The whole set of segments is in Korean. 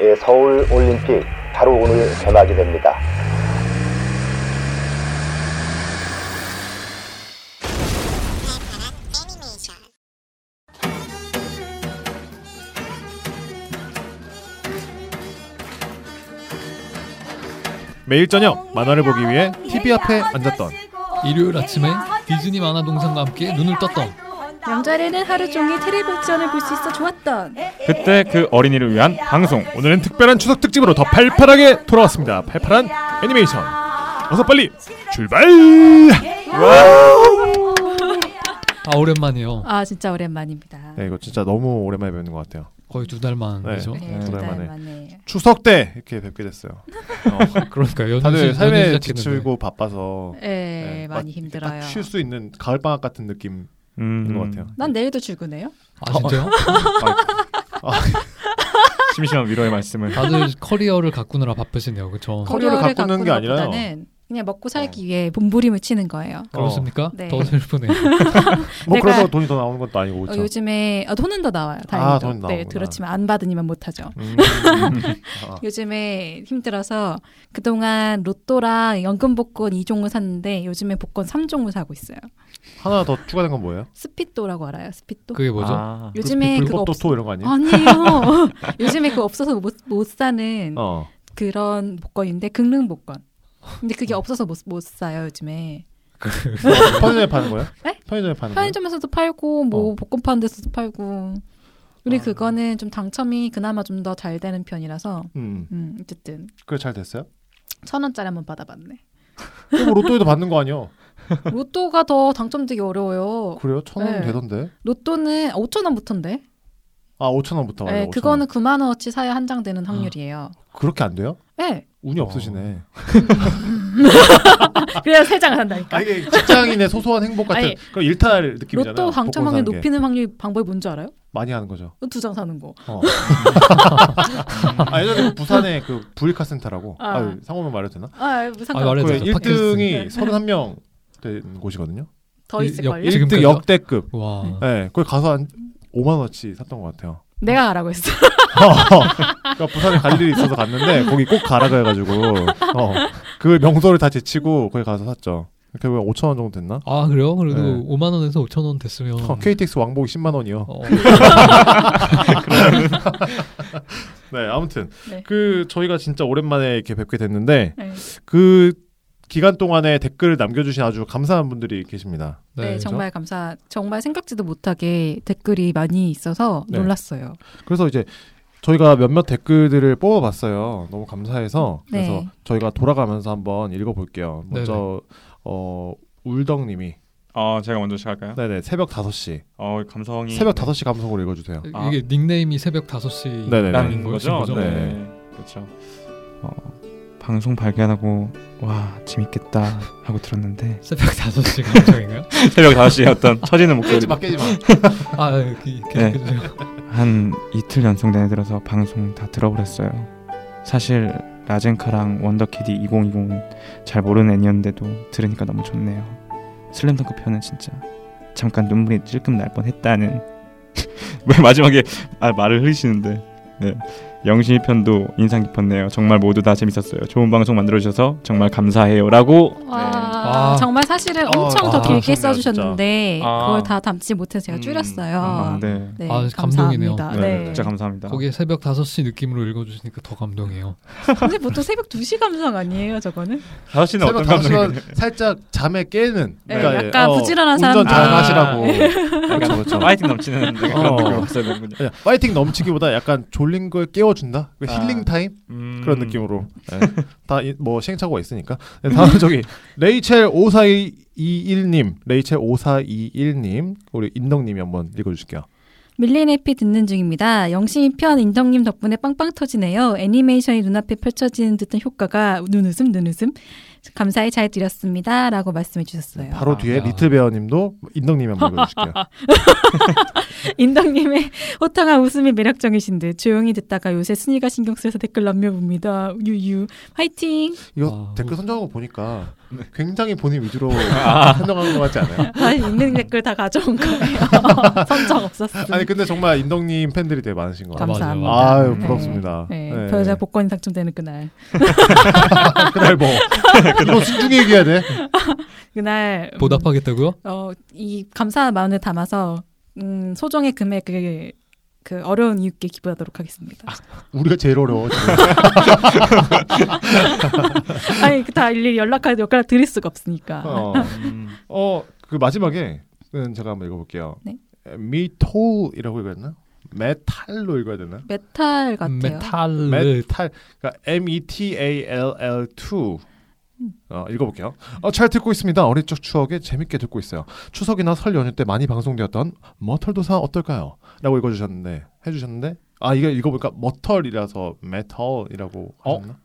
예, 서울 올림픽 바로 오늘 개막이 됩니다. 매일 저녁 만화를 보기 위해 TV 앞에 앉았던 일요일 아침에 디즈니 만화 동상과 함께 눈을 떴던 명절에는 하루 아. 종일 텔레비전을 볼 수 있어 좋았던 그때 그 어린이를 위한 방송 오늘은 특별한 추석 특집으로 더 팔팔하게 돌아왔습니다 팔팔한 애니메이션 어서 빨리 출발 아 오랜만이에요. 아 진짜 오랜만입니다. 네 이거 진짜 너무 오랜만에 뵙는 것 같아요 거의 두 달만 네. 되죠. 네. 두달 오랜만에. 만에. 추석 때 이렇게 뵙게 됐어요 어, 그러니까 연휴 다들 시- 삶에 연휴 시작했는데 지치고 바빠서 예, 네, 막 많이 이렇게 힘들어요. 딱 쉴 수 있는 가을 방학 같은 느낌인 음, 것 같아요 난 내일도 출근해요. 아 진짜요? 심심한 위로의 말씀을. 다들 커리어를 가꾸느라 바쁘시네요. 그렇죠. 커- 커리어를 커리어를 가꾸는 게 가꾸는 아니라요. 어. 것보다는 그냥 먹고 살기 위해 몸부림을 치는 거예요. 그렇습니까? 네. 더 슬프네. 뭐 내가- 그래서 돈이 더 나오는 것도 아니고 어, 그렇죠 요즘에 아, 돈은 더 나와요. 아, 다행히도. 돈은 네, 나오구나. 그렇지만 안 받으니만 못하죠. 음, 아, 요즘에 힘들어서 그동안 로또랑 연금 복권 2종을 샀는데 요즘에 복권 3종을 사고 있어요. 하나 더 추가된 건 뭐예요? 스피또라고 알아요? 스피또? 그게 뭐죠? 아, 요즘에 불- 그거 불법 없... 도토 이런 거 아니에요? 아니에요. 요즘에 그거 없어서 못, 못 사는 어. 그런 복권인데 극능 복권. 근데 그게 없어서 못, 못 사요 요즘에. 편의점에 파는 거예요? 네? 편의점에 파는 거예요? 편의점에서도 팔고 뭐 음. 어. 복권 파는 데서도 팔고. 우리 아. 그거는 좀 당첨이 그나마 좀 더 잘 되는 편이라서. 음, 음 어쨌든 그래 잘 됐어요? 천 원짜리 한번 받아봤네. 그럼 뭐 로또에도 받는 거 아니요? 로또가 더 당첨되기 어려워요. 그래요? 천 원 네. 되던데? 로또는 5천 원부터인데. 아, 5천 원부터 아. 네, 가요. 그거는 9만 원어치 사야 한 장 되는 확률이에요. 그렇게 안 돼요? 네, 운이 어. 없으시네. 그래야 세 장 산다니까. 아 이게 직장인의 소소한 행복 같은 아니, 그런 일탈 느낌이잖아요. 로또 당첨 복권 사는 확률 게. 높이는 확률 방법이 뭔지 알아요? 많이 하는 거죠. 두 장 사는 거. 어. 아 예전에 그 부산에 그 부일카 센터라고 아. 아. 유 상호명 말해도 되나? 아, 상관. 아, 없 말해- 그 그래도 되죠. 네. 일등이 31명 된 곳이거든요. 더 이- 있을 걸요. 역- 일등 지금까지요? 역대급. 와. 예, 네, 거기 가서 한 5만 원어치 샀던 것 같아요. 내가 가라고 했어. 그러니까 부산에 갈 일이 있어서 갔는데 거기 꼭 가라고 해가지고 어, 그 명소를 다 제치고 거기 가서 샀죠. 결국에 5천 원 정도 됐나? 아 그래요? 그래도 네. 5만 원에서 5천 원 됐으면 어, KTX 왕복이 10만 원이요. 어, 네, 아무튼 네. 그 저희가 진짜 오랜만에 이렇게 뵙게 됐는데 네, 그 기간 동안에 댓글을 남겨주신 아주 감사한 분들이 계십니다. 네, 네, 정말 감사. 정말 생각지도 못하게 댓글이 많이 있어서 네. 놀랐어요. 그래서 이제 저희가 몇몇 댓글들을 뽑아봤어요. 너무 감사해서 네. 그래서 저희가 돌아가면서 한번 읽어볼게요. 먼저 어, 울덕님이 어, 제가 먼저 시작할까요? 네네 새벽 5시 어, 감성이 새벽 5시 감성으로 읽어주세요. 이게 아. 닉네임이 새벽 5시 네네네. 라는 라는 거죠. 거죠? 네. 그렇죠. 어, 방송 발견하고 와 재밌겠다 하고 들었는데 새벽 5시 감정인가요? 새벽 5시에 어떤 처지는 목소리 깨지 마. 아 네, 그- 네. 계속해주세요. 한 이틀 연속 내내 들어서 방송 다 들어버렸어요. 사실 라젠카랑 원더키디 2020은 잘 모르는 애니였는데도 들으니까 너무 좋네요. 슬램덩크 편은 진짜 잠깐 눈물이 찔끔 날 뻔했다는 왜 마지막에 아, 말을 흐리시는데 네. 영신이 편도 인상 깊었네요. 정말 모두 다 재밌었어요. 좋은 방송 만들어주셔서 정말 감사해요라고 와, 아. 네. 정말 사실은 아, 엄청 더 아, 감사합니다, 길게 써주셨는데 진짜. 아. 그걸 다 담지 못해서 제가 음, 줄였어요. 아, 네. 네, 아, 감동이네요. 감사합니다. 네, 네. 진짜 감사합니다. 거기에 새벽 5시 느낌으로 읽어주시니까 더 감동해요. 근데 보통 새벽 2시 감성 아니에요, 저거는? 5시는 새벽 어떤 5시간 감정이에요? 살짝 잠에 깨는 그러니까, 어, 네, 약간 부지런한 운전 잘 사람들. 하시라고 아. 그렇죠 그렇죠 파이팅 넘치는 그런 어. 느낌으로 써야 되는군요. 아니야, 파이팅 넘치기보다 약간 졸린 걸 깨워준다 그 아. 힐링 타임 음. 그런 느낌으로 네. 다 뭐 시행착오가 있으니까 네, 다음 저기 레이첼 5421님 레이첼 5421님 우리 인덕님이 한번 읽어주실게요 밀린 해피 듣는 중입니다. 영심이 편 인덕님 덕분에 빵빵 터지네요. 애니메이션이 눈앞에 펼쳐지는 듯한 효과가 눈웃음 눈웃음 감사히 잘 드렸습니다. 라고 말씀해 주셨어요. 바로 아, 뒤에 야. 리틀베어님도 인덕님이 한번 읽어주실게요 인덕님의 호탕한 웃음이 매력적이신 듯 조용히 듣다가 요새 순이가 신경 쓰여서 댓글 남겨봅니다. 유유 화이팅! 이거 아, 댓글 선정하고 보니까 굉장히 본인 위주로 한정한 것 같지 않아요? 다 있는 댓글 다 가져온 거예요. 선정 없었어요. 아니 근데 정말 인덕님 팬들이 되게 많으신 것 같아요. 감사합니다. 아유 네. 부럽습니다. 네, 네. 여자 복권 당첨되는 그날. 그날 뭐 이거 순중히 얘기해야 돼. 그날 음, 보답하겠다고요? 어, 이 감사한 마음을 담아서 음, 소정의 금액을 그 어려운 이웃께 기부하도록 하겠습니다. 아, 우리가 제일 어려워. 지금. 아니 그 다 일일이 연락할 연락 드릴 수가 없으니까. 어. 음. 어, 그 마지막에는 제가 한번 읽어볼게요. 네. 미톨이라고 읽어야 되나? 메탈로 읽어야 되나? 메탈 같아요. 메탈 메탈, 그러니까 M E T A L L 2. 어, 읽어볼게요. 어, 잘 듣고 있습니다. 어릴 적 추억에 재밌게 듣고 있어요. 추석이나 설 연휴 때 많이 방송되었던 머털도사 어떨까요? 라고 읽어주셨는데 해주셨는데 아 이거 읽어보니까 머털이라서 메털이라고 어? 하셨나?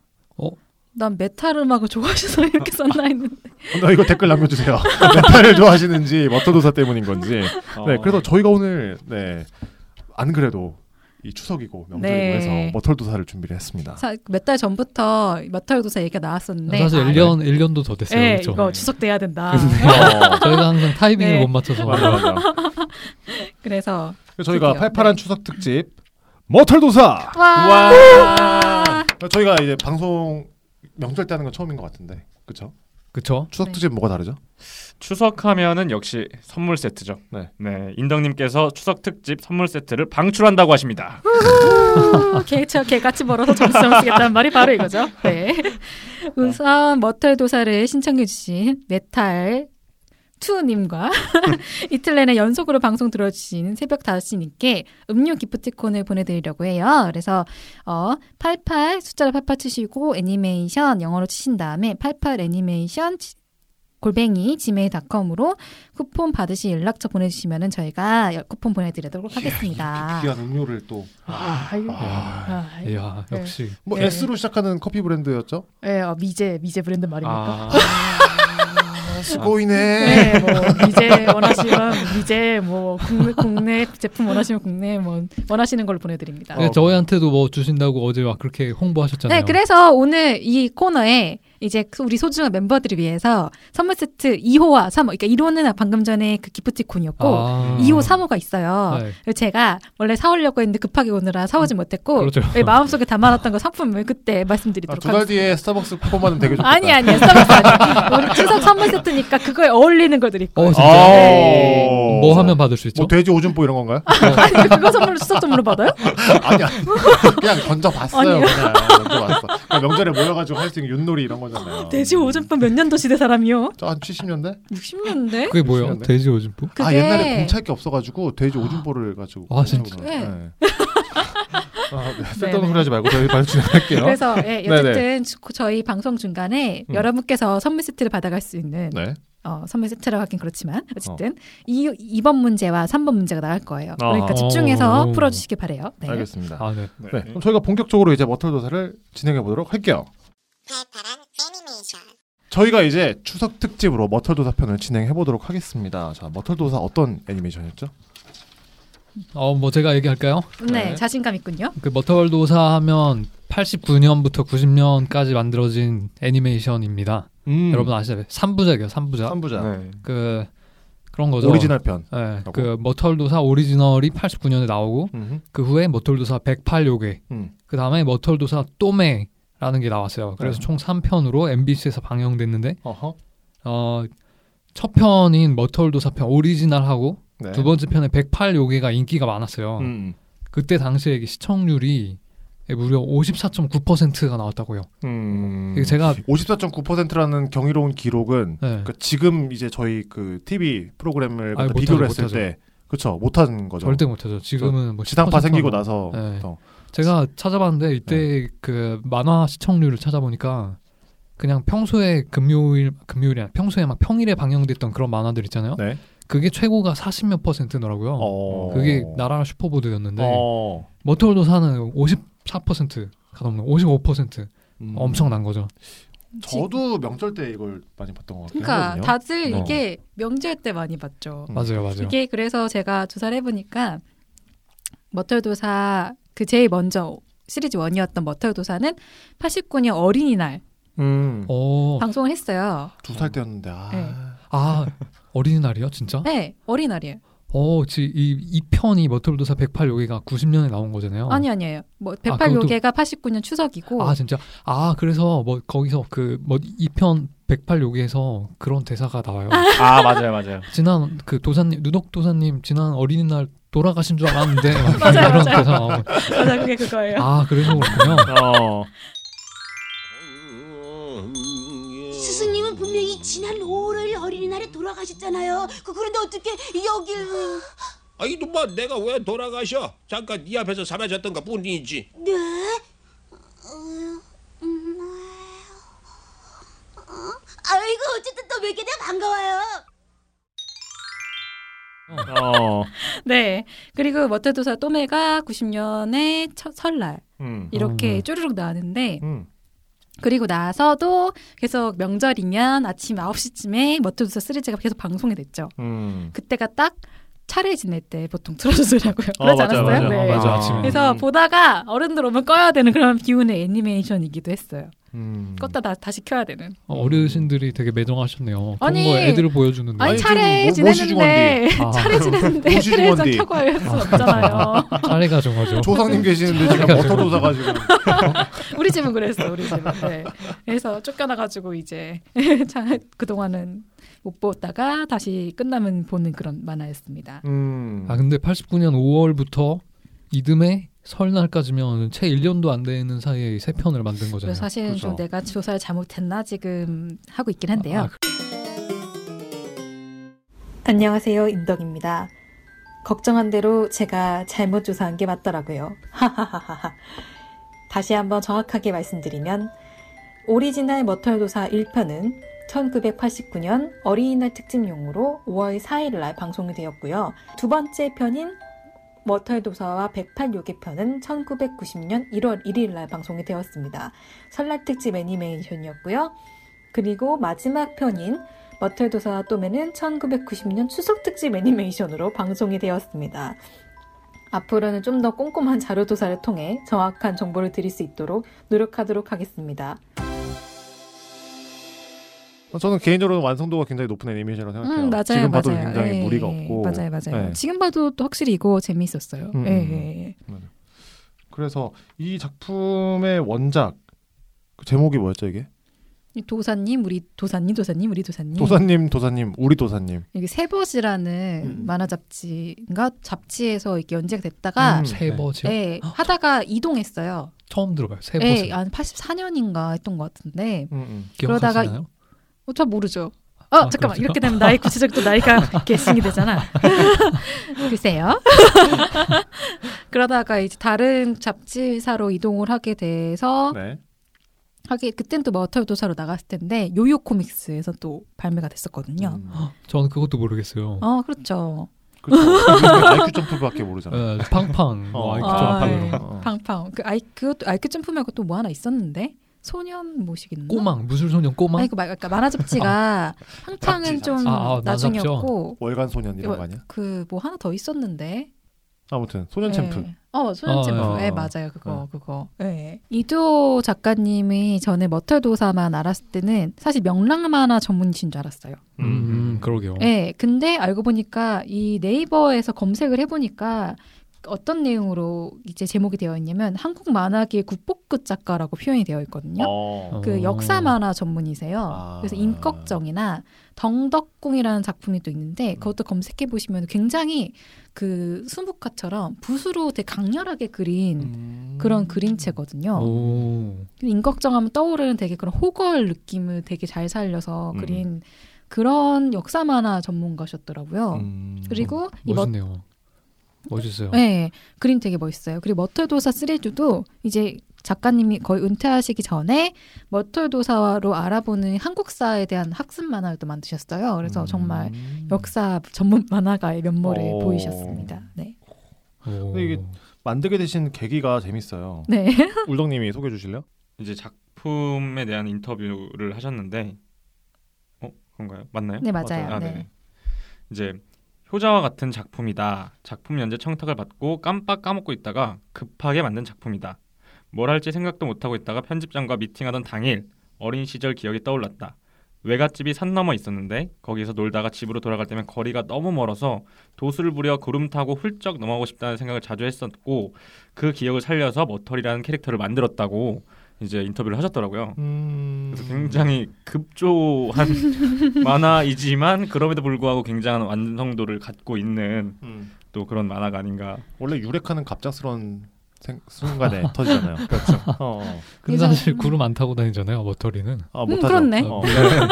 난 메탈 음악을 좋아하셔서 이렇게 썼나 했는데. 어, 이거 댓글 남겨주세요. 메탈을 좋아하시는지 머터도사 때문인 건지. 어. 네, 그래서 저희가 오늘 네, 안 그래도 이 추석이고 명절이고 네. 해서 머털도사를 준비를 했습니다. 몇 달 전부터 메탈 도사 얘기가 나왔었는데. 아. 사실 아, 1년, 1년도 더 됐어요. 네, 그렇죠? 이거 추석 돼야 된다. 어, 저희가 항상 타이밍을 네. 못 맞춰서 맞아 맞아. 그래서 그래서 저희가 드디어, 팔팔한 네. 추석 특집 머털도사 와. 저희가 이제 방송 명절 때 하는 건 처음인 것 같은데 그렇죠? 그쵸? 추석 네. 특집 뭐가 다르죠? 추석하면은 역시 선물 세트죠. 네. 네. 인덕님께서 추석 특집 선물 세트를 방출한다고 하십니다. 아, 개처 개같이 벌어서 점수점 쓰겠다는 말이 바로 이거죠. 네. 우선 머털 도사를 신청해주신 메탈 투님과 이틀 내내 연속으로 방송 들어주신 새벽 5시님께 음료 기프티콘을 보내드리려고 해요. 그래서 어, 88 숫자를 88 치시고 애니메이션 영어로 치신 다음에 88 애니메이션 지- 골뱅이 gmail.com으로 쿠폰 받으실 연락처 보내주시면 저희가 여- 쿠폰 보내드리도록 하겠습니다. 귀한 음료를 또 뭐 아, 아이고. 아, 아이고. 이야, 네. 역시. 네. S로 시작하는 커피 브랜드였죠? 예, 어, 미제 미제 브랜드 말입니까? 아. 아. 수고이네. 아, 네, 뭐 미제 원하시면 미제 뭐 국내, 국내 제품 원하시면 국내 뭐 원하시는 걸로 보내드립니다. 어. 저희한테도 뭐 주신다고 어제 막 그렇게 홍보하셨잖아요. 네, 그래서 오늘 이 코너에 이제 그 우리 소중한 멤버들을 위해서 선물 세트 2호와 3호, 그러니까 1호는 방금 전에 그 기프티콘이었고 아. 2호, 3호가 있어요. 네. 그래서 제가 원래 사오려고 했는데 급하게 오느라 사오지 못했고 그렇죠. 예, 마음속에 담아놨던 그 상품을 그때 아, 말씀드리도록 두달 뒤에 스타벅스 쿠폰 받으면 되게 좋겠다. 아니 아니요 스타벅스 아니에요. 우리 추석 선물 세트니까 그거에 어울리는 거 드릴 거예요. 어, 진짜. 아, 뭐 하면 받을 수 있죠? 뭐 돼지 오줌보 이런 건가요? 아니 그거 선물로 추석 선물로 받아요? 아니 아니 그냥 던져봤어요 아니요. 그냥 던져봤어. 그러니까 명절에 모여가지고 할 수 있는 윷놀이 이런 거잖아요. 돼지 오줌밥 몇 년도 시대 사람이요? 저한 70년대? 60년대? 그게 뭐예요? 신기하네. 돼지 오줌부? 그게 아 옛날에 공찰기 없어가지고 돼지 오줌보를 가지고 아, 진짜? 공찰으로. 네. 네. 아, 네. 쓸데없는 네. 소리 하지 말고 저희 방송 할게요. 그래서 예, 네네. 여튼 주- 저희 방송 중간에 음. 여러분께서 선물 세트를 받아갈 수 있는 네. 어, 선물 세트라고 하긴 그렇지만 어쨌든 이 2번 문제와 3번 문제가 나갈 거예요. 그러니까 아. 집중해서 오. 풀어주시기 바래요. 네. 알겠습니다. 아, 네. 네. 그럼 저희가 본격적으로 이제 머털 조사를 진행해 보도록 할게요. 저희가 이제 추석 특집으로 머털도사 편을 진행해 보도록 하겠습니다. 자, 머털도사 어떤 애니메이션이었죠? 어, 뭐 제가 얘기할까요? 네, 네. 자신감 있군요. 그 머털도사 하면 89년부터 90년까지 만들어진 애니메이션입니다. 여러분 아시죠? 3부작이에요, 3부작. 3부작 네. 그 그런 거죠. 오리지널 편. 예. 그 머털도사 오리지널이 89년에 나오고 음. 그 후에 머털도사 108요괴. 음. 그 다음에 머털도사 또메라는 게 나왔어요. 그래서 네. 총 3편으로 MBC에서 방영됐는데 어허. 어, 첫 편인 머털도사 편 오리지널하고 네. 두 번째 편에 108요괴가 인기가 많았어요. 음. 그때 당시에 이게 시청률이 무려 54.9%가 나왔다고요. 음. 이게 제가 54.9%라는 경이로운 기록은 네. 그러니까 지금 이제 저희 그 TV 프로그램을 아니, 갖다 못하죠, 비교를 했을 못하죠. 때 그쵸 못한 거죠. 절대 못하죠. 지금은 뭐 지상파 10%나 생기고 나서 네. 더. 제가 찾아봤는데 이때 네. 그 만화 시청률을 찾아보니까 그냥 평소에 금요일 금요일이 아니라 평소에 막 평일에 방영됐던 그런 만화들 있잖아요. 네. 그게 최고가 40몇 퍼센트더라고요. 어. 그게 나라 슈퍼보드였는데 어. 머털도사는 54%가 넘는 55% 음. 네. 엄청난 거죠. 저도 명절 때 이걸 많이 봤던 것 같긴 그러니까 하거든요. 다들 어. 이게 명절 때 많이 봤죠. 음. 맞아요, 맞아요. 이게 그래서 제가 조사를 해보니까 머털도사 그 제일 먼저 시리즈 원이었던 머털도사는 89년 어린이날 음. 어, 방송을 했어요. 두살 때였는데. 아. 네. 아 어린이날이요, 진짜? 네, 어린아이에요. 어, 지금 이이 편이 머털도사 108 여기가 90년에 나온 거잖아요. 아니 아니에요. 뭐 어. 아, 108 그것도- 요괴가 89년 추석이고 아 진짜 아 그래서 뭐 거기서 그 뭐 이 편 108 여기에서 그런 대사가 나와요. 아 맞아요 맞아요. 지난 그 도사님 누덕 도사님 지난 어린이날 돌아가신 줄 알았는데 막 맞아요, 이런 맞아요. 대사 나오고 맞아 그게 그거예요. 아 그래서 그렇군요. 어. 스승님은 분명히 지난 5월에 어린이날에 돌아가셨잖아요. 그 그런데 어떻게 여길 아이 놈아 뭐, 내가 왜 돌아가셔? 잠깐 네 앞에서 사라졌던 것 뿐이지. 네? 어휴, 음, 아휴. 어? 아이고 어쨌든 또 뵙게 돼 반가워요. 어. 네. 그리고 머태도사 또메가 90년에 설날 음. 이렇게 음. 쪼르륵 나왔는데 음. 그리고 나서도 계속 명절이면 아침 9시쯤에 머태도사 시리즈가 계속 방송이 됐죠. 음. 그때가 딱 차례 지낼 때 보통 틀어주더라고요. 어, 그러지 맞아요, 않았어요? 맞아요. 음. 네. 어, 맞아 아침에. 그래서 보다가 어른들 오면 꺼야 되는 그런 기운의 애니메이션이기도 했어요. 음. 껐다 다, 다시 켜야 되는. 어, 어르신들이 되게 매정하셨네요. 그런 아니, 거 애들을 보여주는데 아니 아니, 차례 지금 뭐- 뭐시지, 지냈는데 건디? 아. 차례 지냈는데 뭐시지, 차례장 건디? 켜고 할 수 없잖아요. 차례가 정하죠. 조상님 계시는데 지금 머털도사가 지금. 우리 집은 그랬어 우리 집은. 네. 그래서 쫓겨나가지고 이제 자, 그동안은 못 보다가 다시 끝나면 보는 그런 만화였습니다. 음. 아 근데 89년 5월부터 이듬해 설날까지면 채 1년도 안 되는 사이에 세 편을 만든 거잖아요. 그래서 사실은 좀 그죠. 내가 조사를 잘못했나 지금 하고 있긴 한데요. 아, 안녕하세요, 인덕입니다. 걱정한 대로 제가 잘못 조사한 게 맞더라고요. 하하하하. 다시 한번 정확하게 말씀드리면, 오리지널 머털도사 1편은 1989년 어린이날 특집용으로 5월 4일날 방송이 되었고요. 두 번째 편인 머털도사와 108요괴편은 1990년 1월 1일날 방송이 되었습니다. 설날 특집 애니메이션이었고요. 그리고 마지막 편인 머틀도사와 또매는 1990년 추석 특집 애니메이션으로 방송이 되었습니다. 앞으로는 좀 더 꼼꼼한 자료 조사를 통해 정확한 정보를 드릴 수 있도록 노력하도록 하겠습니다. 저는 개인적으로는 완성도가 굉장히 높은 애니메이션이라고 생각해요. 음, 맞아요, 그렇죠. 지금 봐도 맞아요. 굉장히 예, 무리가 없고. 맞아요, 맞아요. 예. 지금 봐도 또 확실히 이거 재미있었어요. 음, 예, 음. 예, 예. 그래서 이 작품의 원작 그 제목이 뭐였죠 이게? 이 도사님, 우리 도사님, 도사님, 우리 도사님. 도사님, 도사님, 우리 도사님. 이게 세버시라는 음. 만화 잡지인가 잡지에서 이렇게 연재가 됐다가 음. 세 번째 예, 하다가 이동했어요. 처음 들어봐요. 세 번째 예, 한 84년인가 했던 것 같은데 음, 음. 그러다가 기억하시나요? 어, 잘 모르죠. 어 아, 잠깐만 그렇죠. 이렇게 되면 나이 구체적 또 나이가 계승이 되잖아. 글쎄요. 그러다가 이제 다른 잡지사로 이동을 하게 돼서 네. 하게 그땐 또 머털 도사로 나갔을 텐데 요요 코믹스에서 또 발매가 됐었거든요. 음. 저는 그것도 모르겠어요. 어 그렇죠. 그렇죠. IQ 점프밖에 모르잖아. 예, 팡팡, 뭐 어, 아이큐 아, 팡팡 예. 이런 거. 어. 팡팡 그 아이 그것도 아이큐 점프 말고 또 뭐 하나 있었는데 소년 모식이나 꼬망, 무술소년 꼬망. 아니 그 말, 그러니까 만화 아. 잡지가 한창은 잡지, 좀 잡지. 아, 아, 나중이었고 월간 소년 이런 거 아니야? 그 뭐 하나 더 있었는데 아무튼 소년 챔프. 예. 어, 소년 어, 챔프. 어, 어. 예, 맞아요. 그거, 그거. 예. 이두호 작가님이 전에 머털도사만 알았을 때는 사실 명랑 만화 전문이신 줄 알았어요. 음, 음, 그러게요. 예. 근데 알고 보니까 이 네이버에서 검색을 해보니까 어떤 내용으로 이제 제목이 되어 있냐면 한국 만화계 국보급 작가라고 표현이 되어 있거든요. 어. 그 어. 역사 만화 전문이세요. 아. 그래서 임꺽정이나 덩덕궁이라는 작품이 또 있는데 음. 그것도 검색해 보시면 굉장히 그 수묵화처럼 붓으로 되게 강렬하게 그린 음. 그런 그림체거든요. 오, 임꺽정 하면 떠오르는 되게 그런 호걸 느낌을 되게 잘 살려서 음. 그린 그런 역사 만화 전문가셨더라고요. 음. 그리고 이 멋, 멋있네요. 멋있어요. 네, 그림 되게 멋있어요. 그리고 머털도사 쓰레주도 이제 작가님이 거의 은퇴하시기 전에 머털도사로 알아보는 한국사에 대한 학습 만화를 또 만드셨어요. 그래서 정말 음. 역사 전문 만화가의 면모를 오. 보이셨습니다. 네. 오. 근데 이게- 만들게 되신 계기가 재밌어요. 네. 울덕님이 소개해 주실래요? 이제 작품에 대한 인터뷰를 하셨는데 어 그런가요? 맞나요? 네, 맞아요. 아, 네. 네네. 이제 효자와 같은 작품이다. 작품 연재 청탁을 받고 깜빡 까먹고 있다가 급하게 만든 작품이다. 뭘 할지 생각도 못하고 있다가 편집장과 미팅하던 당일 어린 시절 기억이 떠올랐다. 외갓집이 산 너머 있었는데 거기서 놀다가 집으로 돌아갈 때면 거리가 너무 멀어서 도수를 부려 구름 타고 훌쩍 넘어가고 싶다는 생각을 자주 했었고 그 기억을 살려서 머털이라는 캐릭터를 만들었다고 이제 인터뷰를 하셨더라고요. 음... 그래서 굉장히 급조한 만화이지만 그럼에도 불구하고 굉장한 완성도를 갖고 있는 음. 또 그런 만화가 아닌가. 원래 유레카는 갑작스러운 생- 순간에 터지잖아요. 그렇죠. 어. 어. 근데 예전- 사실 구름 안 타고 다니잖아요. 머터리는 아, 음, 못하죠. 그렇네. 어.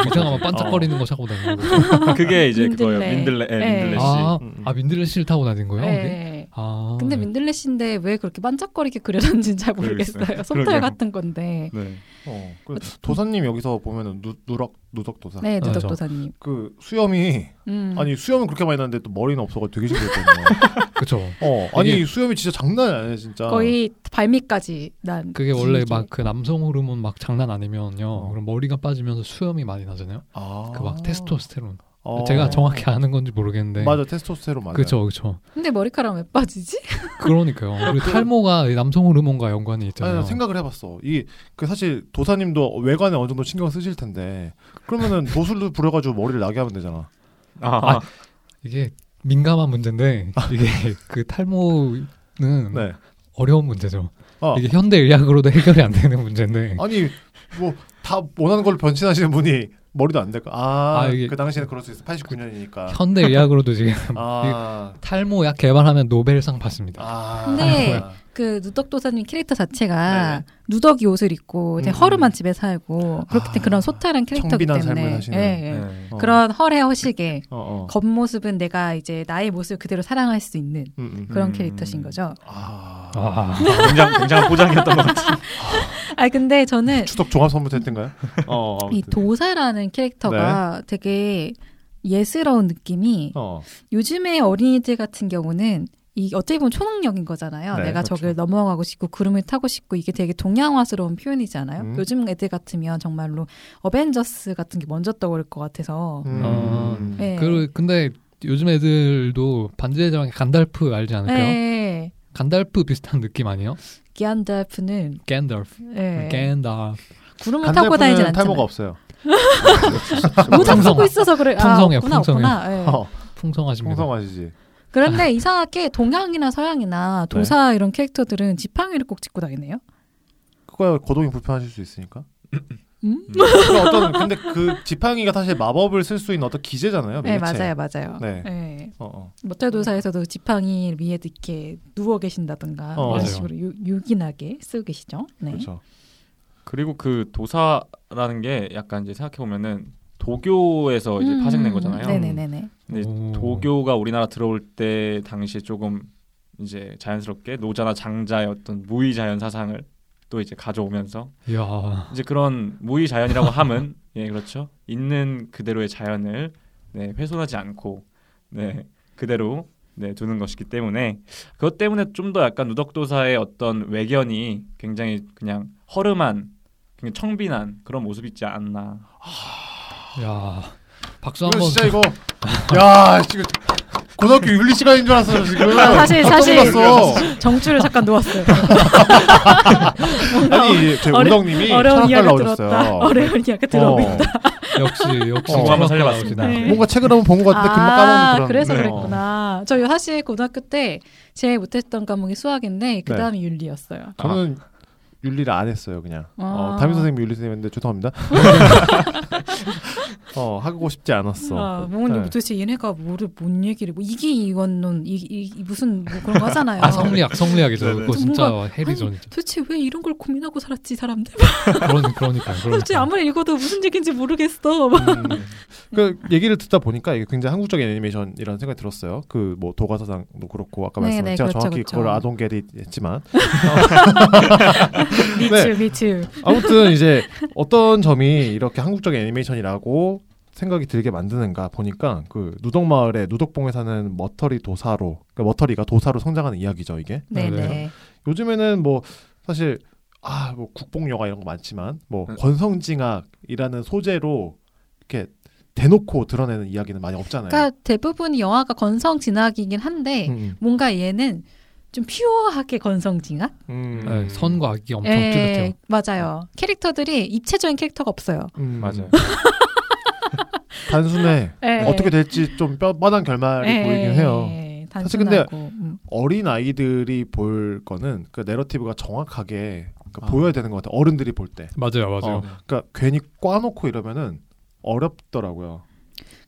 이상하면 반짝거리는 거 타고 다니고. 그게 이제 그거예요. 민들레. 민들레, 예, 민들레 씨. 아, 음, 음. 아 민들레씨를 타고 다닌 거예요? 그게? 네. 아, 근데 네. 민들레씨인데 왜 그렇게 반짝거리게 그려놨는지 잘 모르겠어요. 그러겠어요. 솜털 그러게요. 같은 건데. 네. 어. 그 도사님 여기서 보면은 누, 누럭 누덕 도사. 네, 맞아. 누덕도사님. 그 수염이 음. 아니 수염은 그렇게 많이 나는데 또 머리는 없어가 되게 신기했거든요. 그쵸. 어. 아니 이게- 수염이 진짜 장난 아니에요, 진짜. 거의 발밑까지 난. 그게 원래 진짜. 막 그 남성 호르몬 막 장난 아니면요. 그럼 머리가 빠지면서 수염이 많이 나잖아요. 어. 아. 그 막 테스토스테론. 어. 제가 정확히 아는 건지 모르겠는데. 맞아. 테스토스테론 맞아. 그쵸, 그쵸. 근데 머리카락 왜 빠지지? 그러니까요. 그리고 탈모가 이 남성 호르몬과 연관이 아, 있잖아요. 아니, 생각을 해봤어. 이 그 사실 도사님도 외관에 어느 정도 신경 쓰실 텐데 그러면은 도술도 부려가지고 머리를 나게 하면 되잖아. 아, 이게 민감한 문제인데 이게 그 탈모는 아. 네. 어려운 문제죠. 어. 이게 현대 의학으로도 해결이 안 되는 문제인데. 아니 뭐 다 원하는 걸로 변신하시는 분이 머리도 안 될까? 아그 아, 이게- 당시에는 그럴 수 있어. 89년이니까. 현대 의학으로도 지금 아. 탈모약 개발하면 노벨상 받습니다. 아. 근데 그 누덕도사님 캐릭터 자체가 네. 누덕이 옷을 입고 되게 음. 허름한 집에 살고 그렇기 때문에 아, 그런 소탈한 캐릭터기 청빈한 때문에 삶을 하시는. 예, 네. 예. 어. 그런 허례 허식에 어, 어. 겉모습은 내가 이제 나의 모습 그대로 사랑할 수 있는 음, 음. 그런 음. 캐릭터신 거죠. 아. 아, 굉장 굉장한 포장이었던 것 같아요. 아 근데 저는 추석 종합 선물 세트인가요? 어. 이 아무튼. 도사라는 네. 캐릭터가 되게 예스러운 느낌이 어. 요즘에 어린이들 같은 경우는 이 어떻게 보면 초능력인 거잖아요. 네, 내가 그렇죠. 저길 넘어가고 싶고 구름을 타고 싶고 이게 되게 동양화스러운 표현이잖아요. 음. 요즘 애들 같으면 정말로 어벤져스 같은 게 먼저 떠오를 것 같아서. 음. 어. 네. 그 근데 요즘 애들도 반지의 제왕의 간달프 알지 않을까요? 네. 간달프 비슷한 느낌 아니에요? 기안달프는 겐달프, 네. 겐달프. 구름을 타고 다니진 간달프는 않잖아요. 탈모가 없어요. 모자 쓰고 풍성아. 있어서 그래. 풍성해요, 아, 없구나, 풍성해요. 없구나. 예. 어. 풍성하십니다. 풍성하시지. 그런데 이상하게 동양이나 네. 서양이나 도사 이런 캐릭터들은 지팡이를 꼭 짚고 다니네요. 그거야 거동이 불편하실 수 있으니까. 음? 그러니까 어떤 근데 그 지팡이가 사실 마법을 쓸 수 있는 어떤 기제잖아요. 네, 매개체. 맞아요, 맞아요. 네. 예. 어, 어. 모텔도사에서도 지팡이 위에 이렇게 누워 계신다든가 어, 이런 맞아요. 식으로 유, 유기나게 쓰고 계시죠. 네. 그렇죠. 그리고 그 도사라는 게 약간 이제 생각해 보면은 도교에서 어, 이제 음, 파생된 거잖아요. 네네네네. 근데 오. 도교가 우리나라 들어올 때 당시에 조금 이제 자연스럽게 노자나 장자의 어떤 무의 자연 사상을 또 이제 가져오면서 이야, 이제 그런 무의 자연이라고 함은 예 그렇죠 있는 그대로의 자연을 네 훼손하지 않고 네 그대로 네 두는 것이기 때문에 그것 때문에 좀 더 약간 누덕도사의 어떤 외견이 굉장히 그냥 허름한 굉장히 청빈한 그런 모습이 있지 않나 야, 박수 이거 한번. 진짜 이거 야 지금 고등학교 윤리 시간인 줄 알았어요 지금. 아, 사실 사실 깜짝 놀랐어. 정주를 잠깐 놓았어요. 아니 제 어려- 운동님이 철학과 어려운 이야기 들었다. 나오셨어요. 어려운 이야기 들어오고 있다. 역시 역시 어, 한번 철학과 살려봤습니다. 나오시네. 네. 뭔가 책을 한번 본 것 같은데 뭐, 금방 까먹는 그런. 아, 그래서 네. 그랬구나. 저 사실 고등학교 때 제일 못했던 과목이 수학인데 그 다음이 윤리였어요. 어, 저는 윤리를 안 했어요 그냥. 아. 어, 담임 선생님이 윤리 선생님인데 죄송합니다. 어 하고 싶지 않았어. 아, 뭔 네. 도대체 얘네가 뭐를 뭔 얘기를 뭐 이게 이건론 이, 이, 이 무슨 뭐 그런 거 하잖아요. 아 성리학 성리학이죠. 네네. 그거 진짜 뭔가- 해리존이죠. 도대체 왜 이런 걸 고민하고 살았지 이 사람들? 그런 그러니까 도대체 그러니까. 아무리 읽어도 무슨 얘기인지 모르겠어. 음, 막. 그 얘기를 듣다 보니까 이게 굉장히 한국적인 애니메이션이라는 생각이 들었어요. 그 뭐 도가사상도 그렇고 아까 네, 말씀하신 네, 제가 그렇죠, 정확히 그렇죠. 그걸 아동게리 했지만 미츠 미츠. 네. 아무튼 이제 어떤 점이 이렇게 한국적인 애니메이션이라고 생각이 들게 만드는가 보니까 그 누덕마을의 누덕봉에 사는 머터리 도사로 그러니까 머터리가 도사로 성장하는 이야기죠 이게 네네. 요즘에는 뭐 사실 아 뭐 국뽕 영화 이런 거 많지만 뭐 네. 권성징악이라는 소재로 이렇게 대놓고 드러내는 네. 이야기는 많이 없잖아요. 그러니까 대부분 영화가 건성 진학이긴 한데 음, 음. 뭔가 얘는 좀 퓨어하게 건성징악. 음. 네, 선과 악이 엄청 예, 뚜렷해요. 맞아요. 캐릭터들이 입체적인 캐릭터가 없어요. 음. 맞아요. 단순해. 예. 네. 어떻게 될지 좀 뼈빠단 결말이 예, 보이긴 해요. 예, 사실 근데 단순하고, 음. 네. 어린 아이들이 볼 거는 그 내러티브가 정확하게 그러니까 아. 보여야 되는 것 같아요. 어른들이 볼 때. 맞아요, 맞아요. 어, 그러니까 괜히 꽈놓고 이러면은 어렵더라고요.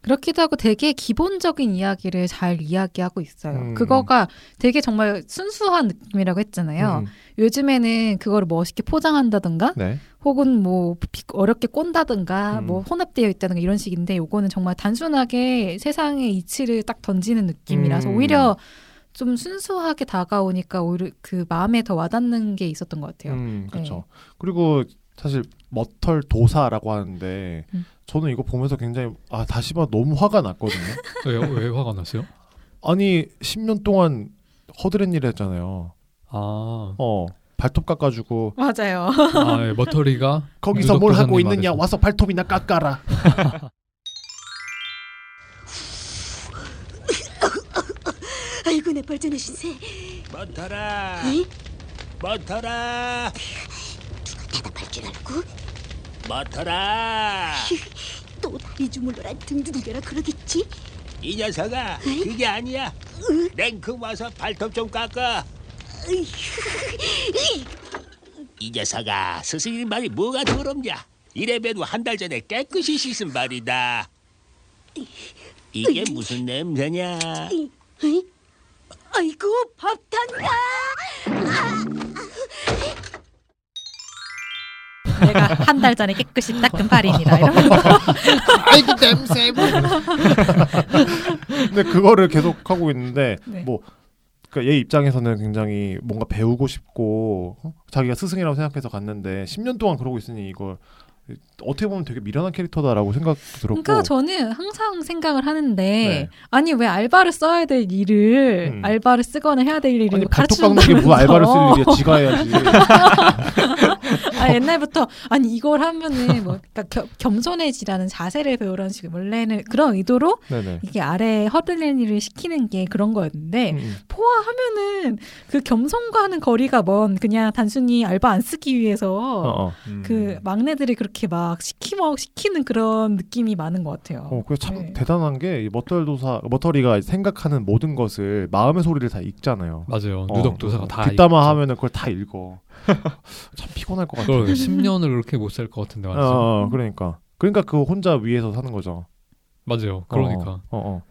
그렇기도 하고 되게 기본적인 이야기를 잘 이야기하고 있어요. 음. 그거가 되게 정말 순수한 느낌이라고 했잖아요. 음. 요즘에는 그거를 멋있게 포장한다든가 네. 혹은 뭐 비- 어렵게 꼰다든가 음. 뭐 혼합되어 있다든가 이런 식인데 요거는 정말 단순하게 세상의 이치를 딱 던지는 느낌이라서 음. 오히려 좀 순수하게 다가오니까 오히려 그 마음에 더 와닿는 게 있었던 것 같아요. 네. 음, 그렇죠. 그리고 사실 머털 도사라고 하는데 음. 저는 이거 보면서 굉장히 아 다시 봐 너무 화가 났거든요. 왜, 왜 화가 났어요? 아니 10년 동안 허드렛 일 했잖아요. 아, 어 발톱 깎아주고 맞아요. 아 예, 머터리가 거기서 유독 뭘 하고 도사님 있느냐 말에서. 와서 발톱이나 깎아라. 아이고 내 벌전의 신세. 멋터라 이 멋터라 대답할 줄 알고 멋터라 또 다리 주물러라 등 두들겨라 그러겠지? 이 녀석아 그게 아니야 냉큼 와서 발톱 좀 깎아 이 녀석아 스승님 말이 뭐가 더럽냐 이래봬도 한 달 전에 깨끗이 씻은 말이다 이게 무슨 냄새냐 이, 어이? 아이고 밥 탄다. 내가 한 달 전에 깨끗이 닦은 발입니다. 이러면서 아이고 냄새. 뭐. 근데 그거를 계속 하고 있는데 네. 뭐. 그러니까 얘 입장에서는 굉장히 뭔가 배우고 싶고 어? 자기가 스승이라고 생각해서 갔는데 10년 동안 그러고 있으니 이걸 어떻게 보면 되게 미련한 캐릭터다라고 생각도 들었고 그러니까 저는 항상 생각을 하는데 네. 아니 왜 알바를 써야 될 일을 음. 알바를 쓰거나 해야 될 일을 아니 발톱 깎는 가르치는다면서 게 뭐 알바를 쓸 일이야 지가 해야지 아, 옛날부터 아니 이걸 하면은 뭐 그러니까 겸- 겸손해지라는 자세를 배우라는 식의 원래는 그런 의도로 네네 이게 아래 허들린 일을 시키는 게 그런 거였는데 음, 음. 포화하면은 그 겸손과는 거리가 먼 그냥 단순히 알바 안 쓰기 어, 위해서 어. 음. 그 막내들이 그렇게 막 시키먹 시키는 그런 느낌이 많은 것 같아요. 어, 그참 네. 대단한 게이 머털 도사 머털이가 생각하는 모든 것을 마음의 소리를 다 읽잖아요. 맞아요. 어, 누덕 도사가 다 뒷담화 있죠. 하면은 그걸 다 읽어. 참 피곤할 것 같아. 그걸 10년을 그렇게 못 살 것 같은데 어, 맞죠? 어, 어, 그러니까 그러니까 그 혼자 위에서 사는 거죠. 맞아요. 그러니까 어, 어, 어.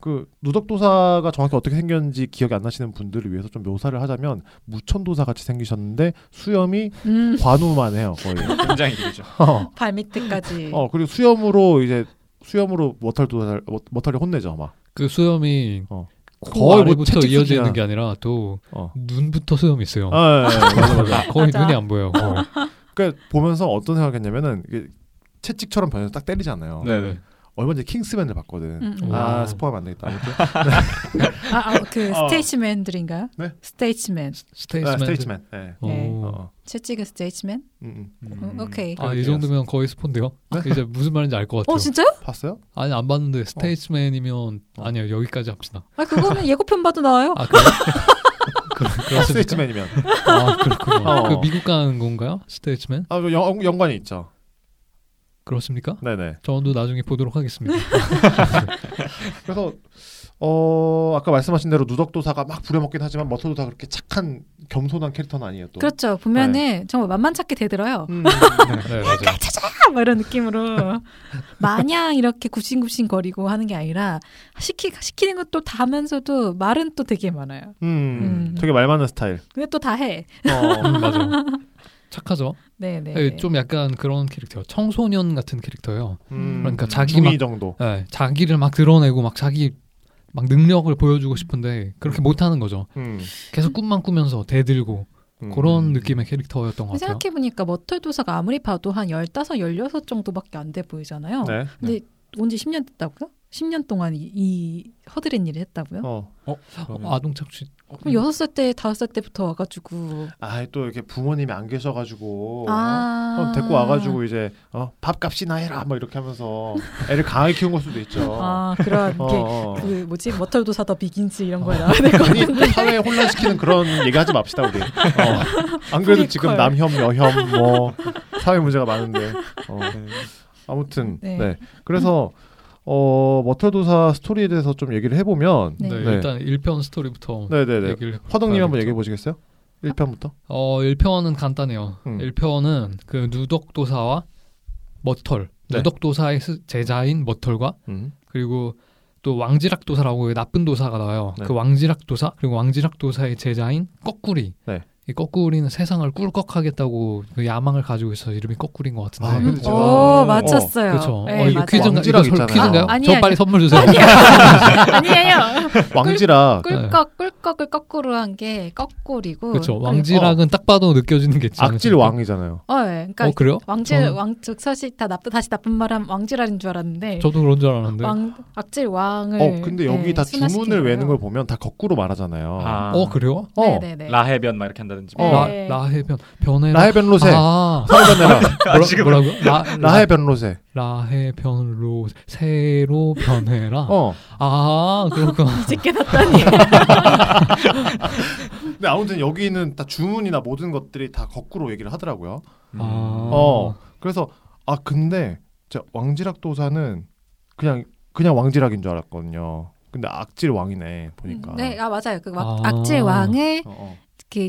그 누덕도사가 정확히 어떻게 생겼는지 기억이 안 나시는 분들을 위해서 좀 묘사를 하자면 무천도사 같이 생기셨는데 수염이 음, 관우만 해요 거의. 굉장히 그렇죠. 길죠. 어. 발밑에까지. 어 그리고 수염으로 이제 수염으로 머털도 머털이 혼내죠 막. 그 수염이 어. 거의 뭐 부터 채찍 이어지는 수준이야. 게 아니라 또 어. 눈부터 수염이 있어요. 아, 예, 예, 맞아 맞아. 거의 맞아. 눈이 안 보여요. 어. 그러니까 보면서 어떤 생각했냐면은 이게 채찍처럼 변해서 딱 때리잖아요. 네네. 얼마 전에 킹스맨을 봤거든. 음, 음. 아 스포하면 안 되겠다. 아무튼 아, 아, 그 어. 스테이치맨들인가요? 네? 스테이치맨. 아, 스테이스맨. 스테이츠맨. 예. 어. 네. 어, 어. 채찍은 스테이치맨? 음, 음. 어, 오케이. 아, 이 정도면 거의 스폰데요. 이제 무슨 말인지 알 것 같아요. 어 그렇죠. 진짜요? 네? 봤어요? 아니 안 봤는데 스테이츠맨이면 어. 아니요 여기까지 합시다. 아 그거는 예고편 봐도 나와요. 아 그래? 그, 그렇습니까? 스테이츠맨이면 아 그렇군요. 어. 그 미국 가는 건가요? 스테이츠맨? 아, 그 연, 연관이 있죠. 그렇습니까? 네네. 저도 나중에 보도록 하겠습니다. 그래서 어 아까 말씀하신 대로 누덕도사가 막 부려먹긴 하지만 머털도사 그렇게 착한 겸손한 캐릭터는 아니에요 또. 네. 그렇죠. 보면은 정말 만만찮게 대들어요. 음. 네 맞아요. 아, 뭐 이런 느낌으로 마냥 이렇게 굽신굽신 거리고 하는 게 아니라 시키 시키는 것도 다 하면서도 말은 또 되게 많아요. 음. 음. 되게 말 많은 스타일. 근데 또 다 해. 어. 음, 맞아요. 착하죠. 네, 네. 네, 네. 좀 약간 그런 캐릭터요. 청소년 같은 캐릭터요. 음, 그러니까 자기 중이 막- 정도. 예, 자기를 막 드러내고 막 자기 막 능력을 보여주고 싶은데 그렇게 못하는 거죠. 음, 계속 꿈만 꾸면서 대들고 음. 그런 느낌의 캐릭터였던 것 같아요. 생각해 보니까 머털 도사가 아무리 봐도 한 15, 16 정도밖에 안 돼 보이잖아요. 네. 근데 온 지 10년 됐다고요? 10년 동안 이, 이 허드렛 일을 했다고요? 어. 그러면- 어, 아동 착취. 음. 그럼 여섯 살 때, 다섯 살 때부터 와가지고 아, 또 이렇게 부모님이 안 계셔가지고 아. 어, 데리고 와가지고 이제 어, 밥값이나 해라 막 이렇게 하면서 애를 강하게 키운 걸 수도 있죠. 아 그런 어, 게 어. 그 뭐지 머털도 사다 비긴즈 어. 이런 거에 나와야 될 것 괜히 같은데 사회 혼란시키는 그런 얘기하지 맙시다 우리. 어. 안 그래도 프리퀄. 지금 남혐 여혐 뭐 사회 문제가 많은데. 어. 네. 아무튼 네. 네. 그래서 어 머털도사 스토리에 대해서 좀 얘기를 해보면 네, 네. 일단 1편 스토리부터 네네네 얘기를 해볼까요? 화덕님 한번 얘기해 보시겠어요? 1편부터 어, 1편은 간단해요. 음. 1편은 그 누덕도사와 머털. 네. 누덕도사의 스- 제자인 머털과 음. 그리고 또 왕지락 도사라고 그 나쁜 도사가 나와요. 네. 그 왕지락 도사 그리고 왕지락 도사의 제자인 꺼꾸리. 네. 이 꺼꾸리는 세상을 꿀꺽하겠다고 그 야망을 가지고 있어서 이름이 꺼꾸리인 것 같은데. 아, 근데 오 제가- 어, 맞췄어요. 그렇죠. 네, 어, 이거 맞아요. 퀴즈인가? 이거 왕지락 설- 있잖아요. 퀴즈인가요? 아, 아니, 저 아니. 빨리 선물 주세요. 네. 아니에요 왕지라 꿀꺽 꿀꺽을 거꾸로 한 게 거꾸리고 그렇죠. 왕지락은 딱 봐도 느껴지는 게그 있지 악질 않으십니까? 왕이잖아요. 어, 예. 어. 그러니까 어 그래요? 왕질 저는- 왕즉 사실 다 나쁘 다시 나쁜 말하면 왕질알인 줄 알았는데 저도 네. 그런 줄 알았는데. 네. 왕 악질 왕을 어 근데 여기 네, 다 순화시킨 주문을 거예요. 외는 걸 보면 다 거꾸로 말하잖아요. 아, 어 그래요? 어 네네네. 라해변 막 이렇게 한다든지. 어. 라, 네. 라해변 변해. 라해변로세 아 서울변해라 뭐라, 뭐라고? 라 라해변로세 라해변로 새로 변해라. 어 아 그렇구나. 이제 깨닫다니. 근데 아무튼 여기는 다 주문이나 모든 것들이 다 거꾸로 얘기를 하더라고요. 음. 아. 어 그래서 아 근데 진짜 왕지락 도사는 그냥 그냥 왕지락인 줄 알았거든요. 근데 악질 왕이네 보니까. 네, 아 맞아요. 그 아. 막- 악질 왕을 그러니까. 어, 어. 그,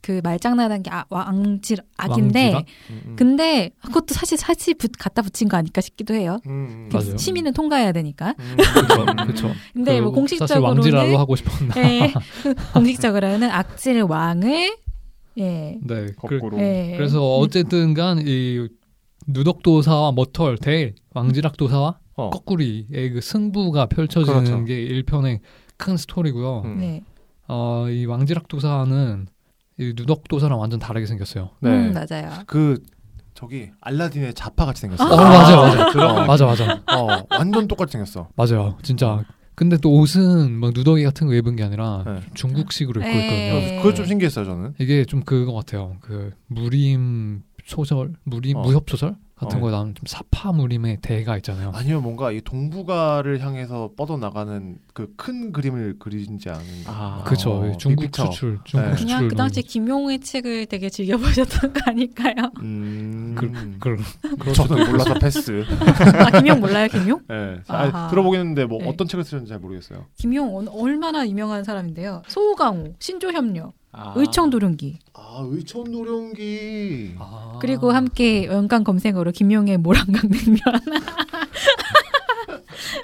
그 말장난한 게 아, 왕질 악인데 왕지락? 음, 음. 근데 그것도 사실 사실 붙, 갖다 붙인 거 아닐까 싶기도 해요. 음, 음. 맞아요. 시민은 통과해야 되니까. 음. 그렇죠. 근데 뭐 사실 왕지라고 공식적으로는 하고 싶었나. 예, 그 공식적으로는 악질 왕을 네. 예. 그, 거꾸로. 예. 래서 어쨌든간 이 누덕도사와 머털 대일 왕지락도사와 어. 꺼꾸리의 그 승부가 펼쳐지는 그렇죠. 게 1편의 큰 스토리고요. 음. 네. 어, 이 왕지락도사는 이 누덕도사랑 완전 다르게 생겼어요. 네. 음, 맞아요. 그 저기 알라딘의 자파 같이 생겼어. 어, 맞아, 맞아. 어, 맞아, 맞아. 어, 완전 똑같이 생겼어. 맞아요. 진짜. 근데 또 옷은 막 누더기 같은 거 입은 게 아니라 네. 중국식으로 입고 예. 있거든요. 그거 좀 신기했어요 저는. 이게 좀 그거 같아요. 그 무림 소설, 무림 어. 무협 소설 같은 어. 거에 나오는 좀 사파 무림의 대가 있잖아요. 아니면 뭔가 이 동북아를 향해서 뻗어 나가는 그 큰 그림을 그리지 않은. 아, 그렇죠. 어, 중국 빅피처. 추출, 중국 네. 추출. 그냥 그 당시 김용의 책을 되게 즐겨 보셨던 거 아닐까요? 음. 그, 그, 그, 저는 몰라서 패스. 아, 김용 몰라요, 김용? 예. 아하. 아, 들어보긴 했는데 뭐 네. 어떤 책을 쓰셨는지 잘 모르겠어요. 김용 어- 얼마나 유명한 사람인데요. 소강호, 신조협력, 아. 의청도룡기 아 의촌 노령기. 아. 그리고 함께 연관 검색어로 김용의 모란강냉면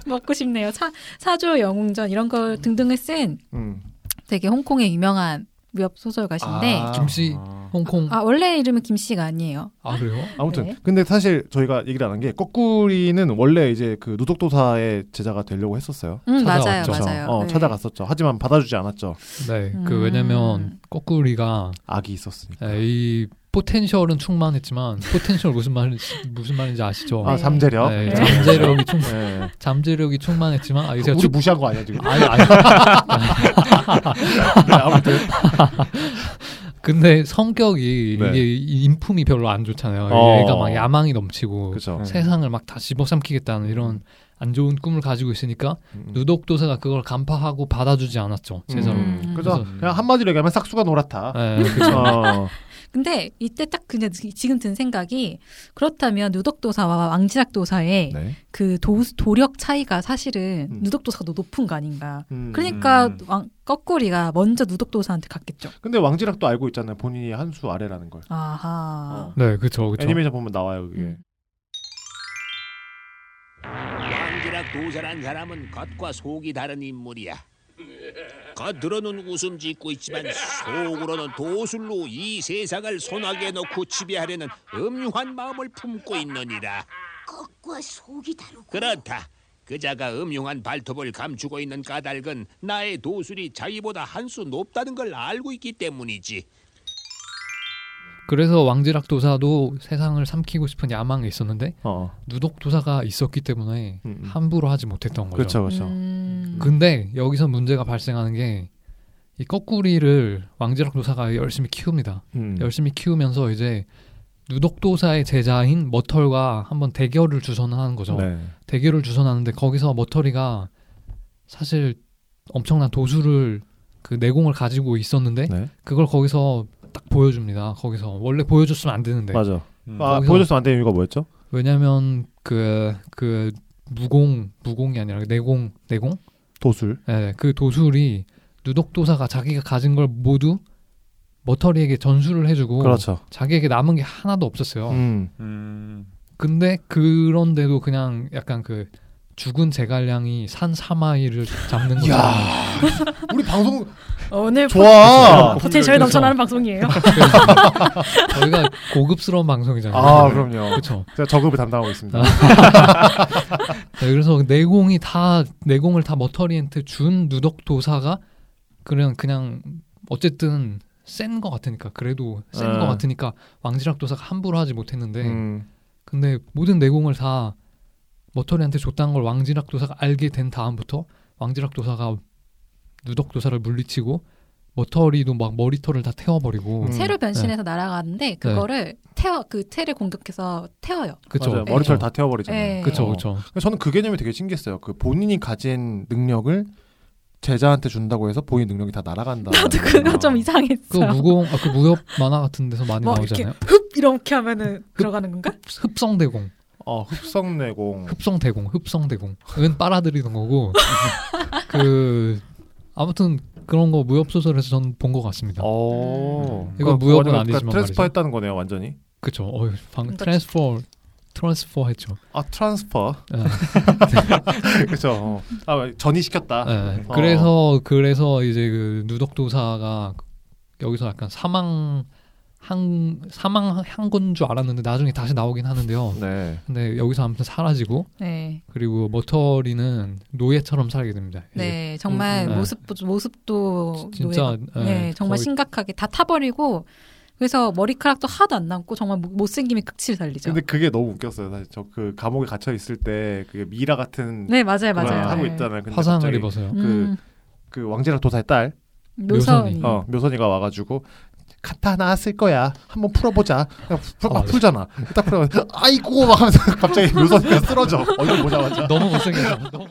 먹고 싶네요. 사, 사조 영웅전 이런 걸 등등을 쓴 음. 되게 홍콩의 유명한 무협 소설가신데 아, 김씨. 아. 홍콩. 아, 원래 이름은 김씨가 아니에요. 그래요? 아무튼 네. 근데 사실 저희가 얘기를 안 한 게 거꾸리는 원래 이제 그 누독도사의 제자가 되려고 했었어요. 음, 맞아요, 찾아왔죠. 맞아요. 어, 네. 찾아갔었죠. 하지만 받아주지 않았죠. 네. 음. 그 왜냐면 꺼꾸리가 악이 있었으니까. 에, 이 포텐셜은 충만했지만 포텐셜 무슨 말인지 무슨 말인지 아시죠? 아 잠재력. 네, 네. 잠재력이 충 네. 잠재력이 충만했지만 아 이제 우리 그 무시한 거 아니야 지금? 아니 아니 네, 아무튼. 근데 성격이 네. 이게 이 인품이 별로 안 좋잖아요. 어. 얘가 막 야망이 넘치고 그렇죠. 세상을 막 다 집어삼키겠다는 이런 안 좋은 꿈을 가지고 있으니까 음. 누독도사가 그걸 간파하고 받아주지 않았죠 제자로. 음. 그래서 그냥 한마디로 얘기하면 싹수가 노랗다. 예, 그쵸. 어. 근데 이때 딱 그냥 지금 든 생각이 그렇다면 누덕도사와 왕지락도사의 네. 그 도, 도력 차이가 사실은 음. 누덕도사가 더 높은 거 아닌가. 음. 그러니까 음. 왕, 거꾸리가 먼저 누덕도사한테 갔겠죠. 근데 왕지락도 알고 있잖아요. 본인이 한 수 아래라는 걸. 아하. 어. 예. 네, 그렇죠, 그렇죠. 애니메이션 보면 나와요 그게. 음. 왕지락 도사란 사람은 겉과 속이 다른 인물이야. 겉으로는 웃음 짓고 있지만 속으로는 도술로 이 세상을 손아귀에 넣고 지배하려는 음흉한 마음을 품고 있느니라. 겉과 속이 다르고 그렇다. 그자가 음흉한 발톱을 감추고 있는 까닭은 나의 도술이 자기보다 한 수 높다는 걸 알고 있기 때문이지. 그래서 왕지락 도사도 세상을 삼키고 싶은 야망이 있었는데 어. 누독 도사가 있었기 때문에 음, 음. 함부로 하지 못했던 거죠. 그렇죠, 그렇죠. 음. 근데 여기서 문제가 발생하는 게 이 꺼꾸리를 왕지락 도사가 열심히 키웁니다. 음. 열심히 키우면서 이제 누독도사의 제자인 머털과 한번 대결을 주선하는 거죠. 네. 대결을 주선하는데 거기서 머털이가 사실 엄청난 도수를 그 내공을 가지고 있었는데 네. 그걸 거기서 딱 보여줍니다. 거기서 원래 보여줬으면 안 되는데 맞아. 음. 아, 거기서- 보여줬으면 안 되는 이유가 뭐였죠? 왜냐하면 그 그 무공 무공이 아니라 내공 내공 도술. 예, 그 도술이 누독도사가 자기가 가진 걸 모두 머털이에게 전수를 해주고 그렇죠. 자기에게 남은 게 하나도 없었어요. 음. 음. 근데 그런데도 그냥 약간 그 죽은 제갈량이 산 사마이를 잡는 거죠. 우리 방송 어, 오늘 좋아. 포- 포텐셜 넘쳐나는 방송이에요. 음. 저희가 고급스러운 방송이잖아요. 아, 그럼요. 그렇죠. 제가 저급을 담당하고 아, 있습니다. 네, 그래서 내공이 다 내공을 다 머터리한테 준 누덕 도사가 그냥 그냥 어쨌든 센 거 같으니까 그래도 센 거 아. 같으니까 왕지락 도사가 함부로 하지 못했는데 음. 근데 모든 내공을 다 머터리한테 줬다는 걸 왕지락 도사가 알게 된 다음부터 왕지락 도사가 누덕 도사를 물리치고 머터리도 막 머리털을 다 태워버리고 음. 새로 변신해서 날아가는데 그거를 태워 그 채를 공격해서 태워요. 그쵸 맞아요. 네. 머리털 다 태워버리잖아요. 네. 그쵸 어. 그쵸 저는 그 개념이 되게 신기했어요. 그 본인이 가진 능력을 제자한테 준다고 해서 본인 능력이 다 날아간다. 나도 그거 좀 그 이상했어요. 무공 아그 무협 만화 같은 데서 많이 뭐 이렇게 나오잖아요 흡 이렇게 하면은 들어가는 건가? 흡성대공 어, 흡성내공. 음. 흡성대공 흡성대공은 빨아들이는 거고 그 아무튼 그런 거 무협 소설에서 전 본 것 같습니다 어. 그거 이건 무협은 완전 아니지만 말이죠. 트랜스퍼했다는 거네요, 완전히. 그쵸 어휴 방금 그러니까 트랜스퍼 트랜스퍼 했죠 아, 트랜스퍼. 예. 네. 그렇죠. 어. 아, 전이 시켰다. 예, 어. 그래서 그래서 이제 그 누덕도사가 여기서 약간 사망 한 사망 한 건 줄 알았는데 나중에 다시 나오긴 하는데요. 네. 근데 여기서 아무튼 사라지고 네. 그리고 머터리는 노예처럼 살게 됩니다. 이제 네, 정말 음, 음. 모습 모습도 진짜, 노예가- 예, 네, 정말 거의- 심각하게 다 타버리고 그래서 머리카락도 하나도 안 남고 정말 못- 못생김이 극치를 살리죠. 근데 그게 너무 웃겼어요. 사실 저 그 감옥에 갇혀 있을 때 그게 미라 같은 네, 맞아요, 그걸 맞아요. 하고 네. 있잖아요. 근데 화상을 갑자기 입어서요. 음, 그 왕제랑 도사의 딸 묘선이. 묘선이. 어, 묘선이가 와가지고 카타나 쓸 거야. 한번 풀어보자. 그냥 풀, 막 맞아. 네. 풀잖아. 딱 풀면 아이고 막 하면서 갑자기 묘선이가 쓰러져. 얼굴 보자마자. 너무 못생겼어. 너무-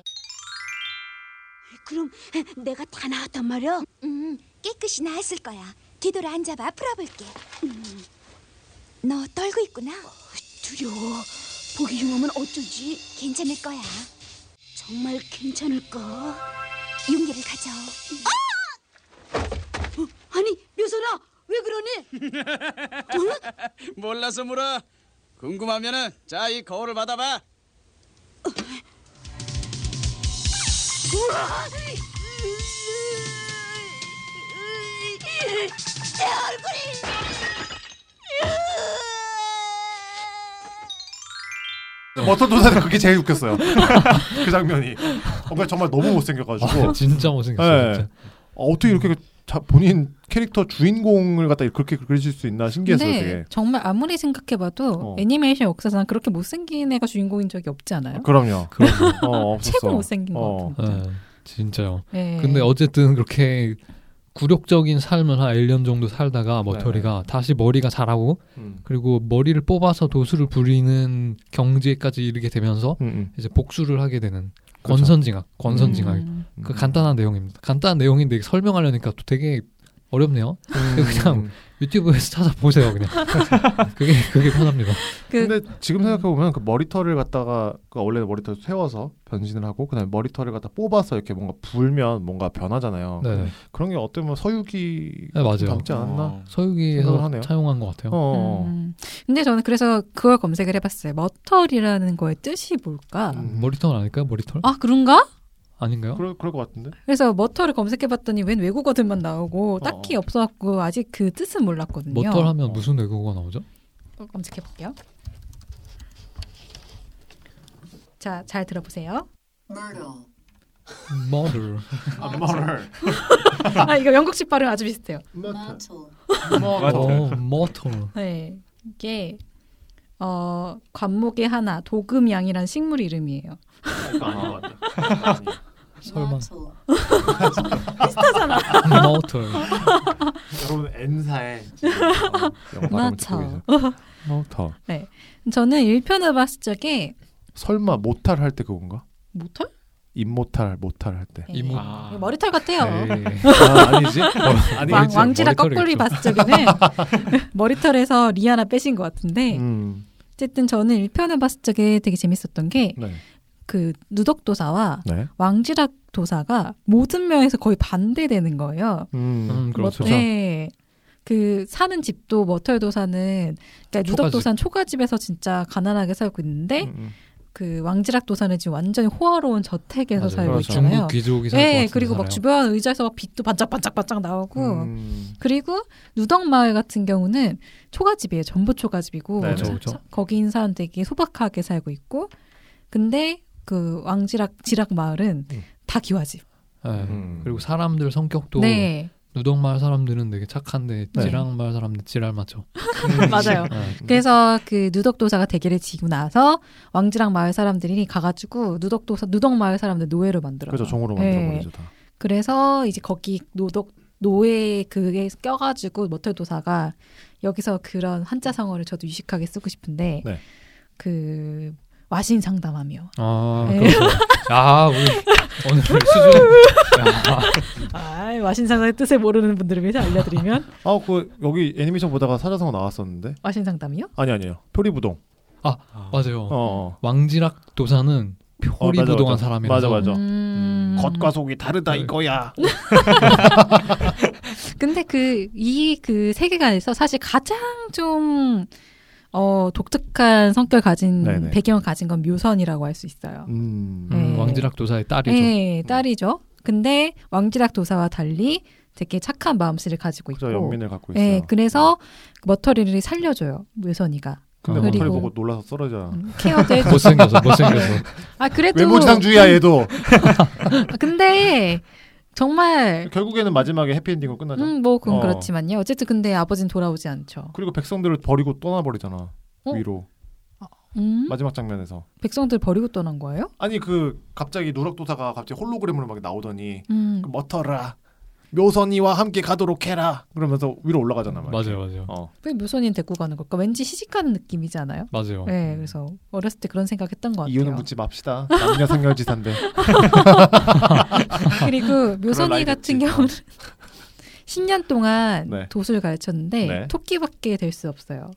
그럼 내가 다 나왔단 말이야? 음, 깨끗이 나았을 거야. 뒤돌아 앉아봐, 풀어볼게. 음. 너 떨고 있구나. 어, 두려워. 보기 흉하면 어쩌지? 괜찮을 거야. 정말 괜찮을까? 용기를 가져. 어! 아니 묘선아 왜 그러니? 몰라서 물어. 궁금하면은 자 이 거울을 받아봐. 내 얼굴이 머터 도사는 그게 제일 웃겼어요. 그 장면이. 어, 그 정말 너무 못생겨가지고. 아, 진짜 예. 못생겼어. 진짜. 어, 어떻게 이렇게 자, 본인 캐릭터 주인공을 갖다 그렇게 그리실 수 있나 신기했어요. 근데 되게. 정말 아무리 생각해봐도 어. 애니메이션 역사상 그렇게 못생긴 애가 주인공인 적이 없지 않아요? 그럼요. 그럼요. 어, 없었어. 최고 못생긴 어. 것 같아요. 예, 진짜요. 네. 근데 어쨌든 그렇게 굴욕적인 삶을 한 1년 정도 살다가 네. 머터리가 다시 머리가 자라고 음. 그리고 머리를 뽑아서 도수를 부리는 경지에까지 이르게 되면서 음, 음. 이제 복수를 하게 되는 그렇죠. 권선징악, 권선징악. 음. 그 간단한 내용입니다. 간단한 내용인데 설명하려니까 또 되게 어렵네요. 그냥 유튜브에서 찾아보세요, 그냥. 그게 그게 편합니다. 아, 그- 근데 지금 생각해 보면 그 머리털을 갖다가 그 원래 머리털 세워서 변신을 하고 그다음에 머리털을 갖다 뽑아서 이렇게 뭔가 불면 뭔가 변하잖아요. 네, 그런 게 어떻게 보면 서유기 네, 맞아요. 닮지 않았나? 어. 서유기에서 생각을 하네요. 차용한 것 같아요. 어. 음. 근데 저는 그래서 그걸 검색을 해봤어요. 머털이라는 거의 뜻이 뭘까? 음. 머리털 아닐까요? 머리털? 아 그런가? 아닌가요? 그럴 그럴 것 같은데. 그래서 머털을 검색해봤더니 웬 외국어들만 나오고 딱히 없어갖고 아직 그 뜻은 몰랐거든요. 머털 하면 무슨 외국어가 나오죠? 또 검색해볼게요. 자, 잘 들어보세요. murder. 머를 아 이거 영국식 발음 아주 비슷해요. 마토. 어, mortal. 네, 이게 어 관목의 하나 도금양이란 식물 이름이에요. 아, 설마 마토. 아, mortal. 여러분 N사에 맞아. 머터 어? 저는 1편을 봤을 적에 설마 모탈 할 때 그건가? 모털? 임모탈 모탈 할 때. 네. 이모. 아. 이거 머리털 같아요. 에이. 아, 아니지? 어, 아니 왕, 네. 뭐, 그렇지. 왕지라 머리털이 거꾸리 있죠. 봤을 적에는 머리털에서 리 하나 빼신 것 같은데 음. 어쨌든 저는 1편을 봤을 적에 되게 재밌었던 네. 게 그 누덕도사와 네. 왕지락 도사가 모든 면에서 거의 반대되는 거예요. 음. 음, 그렇죠. 뭐, 네. 그 사는 집도 머털 도사는 그러니까 누덕 초가집. 도사는 초가집에서 진짜 가난하게 살고 있는데 음. 그 왕지락 도사는 지금 완전히 호화로운 저택에서 맞아요. 살고 그렇죠. 있잖아요. 중국 귀족이 살것 네, 같은 그리고 막 살아요. 주변 의자에서 막 빛도 반짝반짝반짝 나오고 음. 그리고 누덕마을 같은 경우는 초가집이에요. 전부 초가집이고 네, 그렇죠, 그렇죠. 거기 있는 사람들이 소박하게 살고 있고 근데 그 왕지락 지락 마을은 음. 다 기와집. 네. 음. 그리고 사람들 성격도 네, 누덕마을 사람들은 되게 착한데 네. 지랑마을 사람들 지랄 맞죠. 맞아요. 네. 그래서 그 누덕도사가 대결을 지고 나서 왕지락 마을 사람들이 가가지고 누덕도사 누덕마을 사람들 노예로 만들어요. 그렇죠. 종으로 네. 만들어 버리죠 다. 그래서 이제 거기 노덕 노예 그게 껴가지고 모텔도사가 여기서 그런 한자 성어를 저도 유식하게 쓰고 싶은데 네. 그 와신 상담하며 아, 네. 그렇죠. 아, 우리 오늘 수준. 야. 아 와신 상담의 뜻을 모르는 분들을 위해서 알려드리면 아, 그 여기 애니메이션 보다가 사자성어 나왔었는데. 와신 상담이요? 아니 아니에요. 표리부동. 맞아요. 어. 어. 왕지락 도사는 어, 맞아, 표리부동한 맞아. 사람이라서 맞아. 음... 겉과 속이 다르다 네. 이거야. 근데 그 이 그 세계관에서 사실 가장 좀 어, 독특한 성격 가진 네네. 배경 가진 건 묘선이라고 할 수 있어요. 음. 음, 네. 왕지락 도사의 딸이죠. 네, 딸이죠. 근데 왕지락 도사와 달리 되게 착한 마음씨를 가지고 있고. 그죠. 연민을 갖고 있어요. 음. 네, 그래서 머터리를 살려줘요. 묘선이가 근데 그리고- 머털 보고 놀라서 쓰러져. 음, 케어도 해주고. 못생겨서 못생겨서. 아 그래도 외모지상주의야 얘도. 아, 근데 정말 결국에는 마지막에 해피엔딩으로 끝나죠. 음, 뭐 그건 어. 그렇지만요. 어쨌든 근데 아버지는 돌아오지 않죠. 그리고 백성들을 버리고 떠나버리잖아. 위로 어? 음? 마지막 장면에서. 백성들 버리고 떠난 거예요? 아니 그 갑자기 누락도사가 갑자기 홀로그램으로 막 나오더니 음. 그 머터라 묘선이와 함께 가도록 해라 그러면서 위로 올라가잖아. 막. 맞아요, 맞아요. 어. 왜 묘선인 데리고 가는 걸까? 왠지 시집가는 느낌이지 않아요? 맞아요. 네, 그래서 어렸을 때 그런 생각했던 것 같아요. 어. 이유는 묻지 맙시다. 남녀 상열지사인데. 그리고 묘선이 나이 같은 됐지. 어. 경우는 10년 동안 네. 도수를 가르쳤는데 네. 토끼밖에 될 수 없어요.